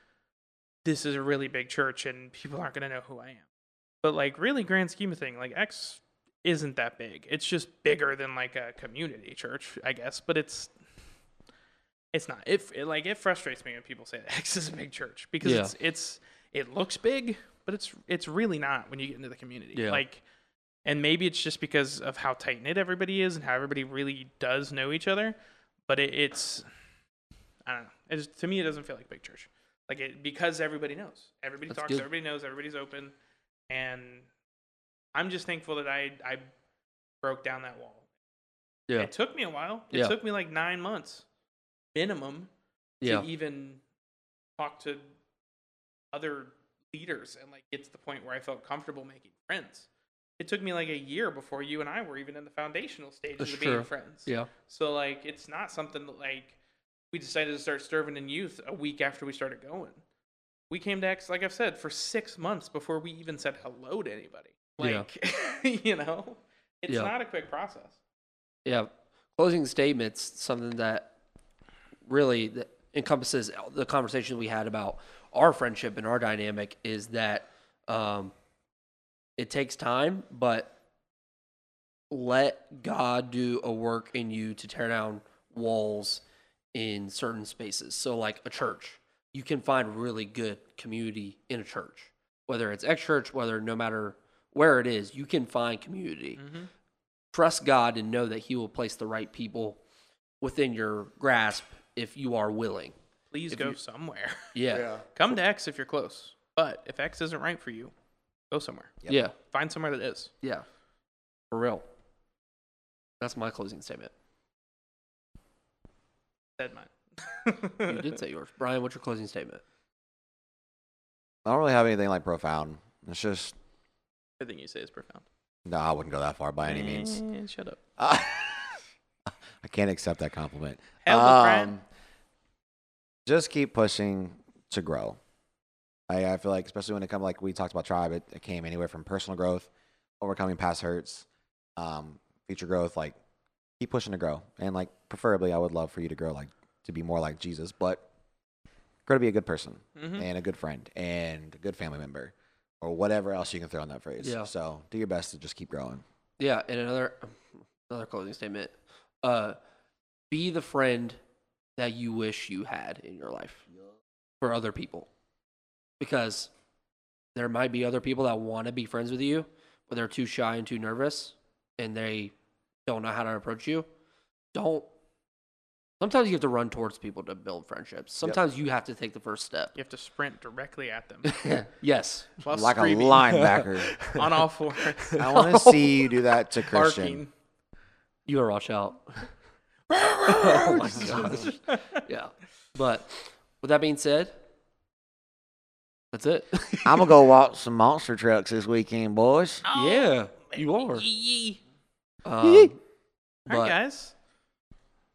this is a really big church and people aren't going to know who I am. But like, really grand scheme of thing, like X isn't that big. It's just bigger than like a community church, I guess, but it's. It's not. It, it like it frustrates me when people say that X is a big church because Yeah. it's it's it looks big, but it's it's really not when you get into the community. Yeah. Like and maybe it's just because of how tight knit everybody is and how everybody really does know each other. But it, it's, I don't know. It's, to me, it doesn't feel like big church. Like it because everybody knows, everybody That's talks, good. everybody knows, everybody's open, and I'm just thankful that I I broke down that wall. Yeah. It took me a while. It Yeah. took me like nine months, minimum, Yeah. to even talk to other leaders and like get to the point where I felt comfortable making friends. It took me like a year before you and I were even in the foundational stages That's of being true. friends. Yeah. So like it's not something that like we decided to start serving in youth a week after we started going. We came to X, like I've said, for six months before we even said hello to anybody. Yeah. Like you know? It's Yeah. not a quick process. Yeah. Closing statements, something that really that encompasses the conversation we had about our friendship and our dynamic is that um, it takes time, but let God do a work in you to tear down walls in certain spaces. So, like a church, you can find really good community in a church, whether it's ex church, whether no matter where it is, you can find community Mm-hmm. trust God and know that He will place the right people within your grasp if you are willing. Please If go you- somewhere. Yeah. Yeah. Yeah. Come to X if you're close. But if X isn't right for you, go somewhere. Yep. Yeah. Find somewhere that is. For real. That's my closing statement. Said mine. You did say yours. Brian, what's your closing statement? I don't really have anything like profound. It's just, Everything you say is profound. no, I wouldn't go that far by Mm. any means. Man, shut up. Uh, I can't accept that compliment. Hell, Brian. Um, just keep pushing to grow. I, I feel like, especially when it comes, like we talked about tribe, it, it came anywhere from personal growth, overcoming past hurts, um, future growth. Like, keep pushing to grow, and like preferably, I would love for you to grow, like to be more like Jesus, but grow to be a good person Mhm. and a good friend and a good family member, or whatever else you can throw in that phrase. Yeah. So do your best to just keep growing. Yeah, and another another closing statement. Uh be the friend that you wish you had in your life for other people. Because there might be other people that want to be friends with you, but they're too shy and too nervous and they don't know how to approach you. Don't Sometimes you have to run towards people to build friendships. Sometimes you have to take the first step. You have to sprint directly at them. yes. While like a screaming linebacker. On all fours. I want to see you do that to Christian. barking. You gotta watch out. oh my gosh. Yeah. But with that being said, that's it. I'm gonna go watch some monster trucks this weekend, boys. Oh, yeah, you are. Yee. Um, All but right, guys.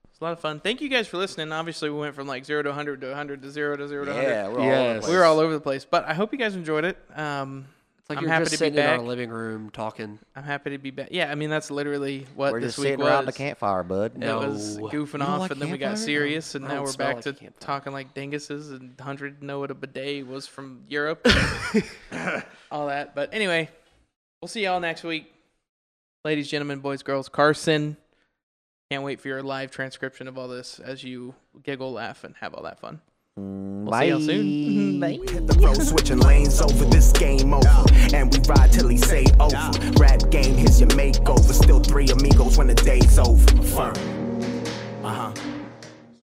It's a lot of fun. Thank you guys for listening. Obviously, we went from like 0 to 100 to 100 to 0 to 0 to 100. Yeah, we're all over the Yes. place. We were all over the place, but I hope you guys enjoyed it. Um, it's like I'm you're happy just to be sitting in our back. living room talking. I'm happy to be back. Yeah, I mean, that's literally what We're this just week sitting was. around the campfire, bud. It was No. goofing don't off, like and then we got campfire? serious, and I don't now we're smell back like to a campfire. talking like dinguses and hundred know what a bidet was from Europe, all that. But anyway, we'll see y'all next week, ladies, gentlemen, boys, girls. Carson, Can't wait for your live transcription of all this as you giggle, laugh, and have all that fun. Bye. See y'all soon. Hit the road, switching lanes over this game over. And we ride till he say over. Rap game, here's your makeover. Still three amigos when the day's over. Firm. Uh huh.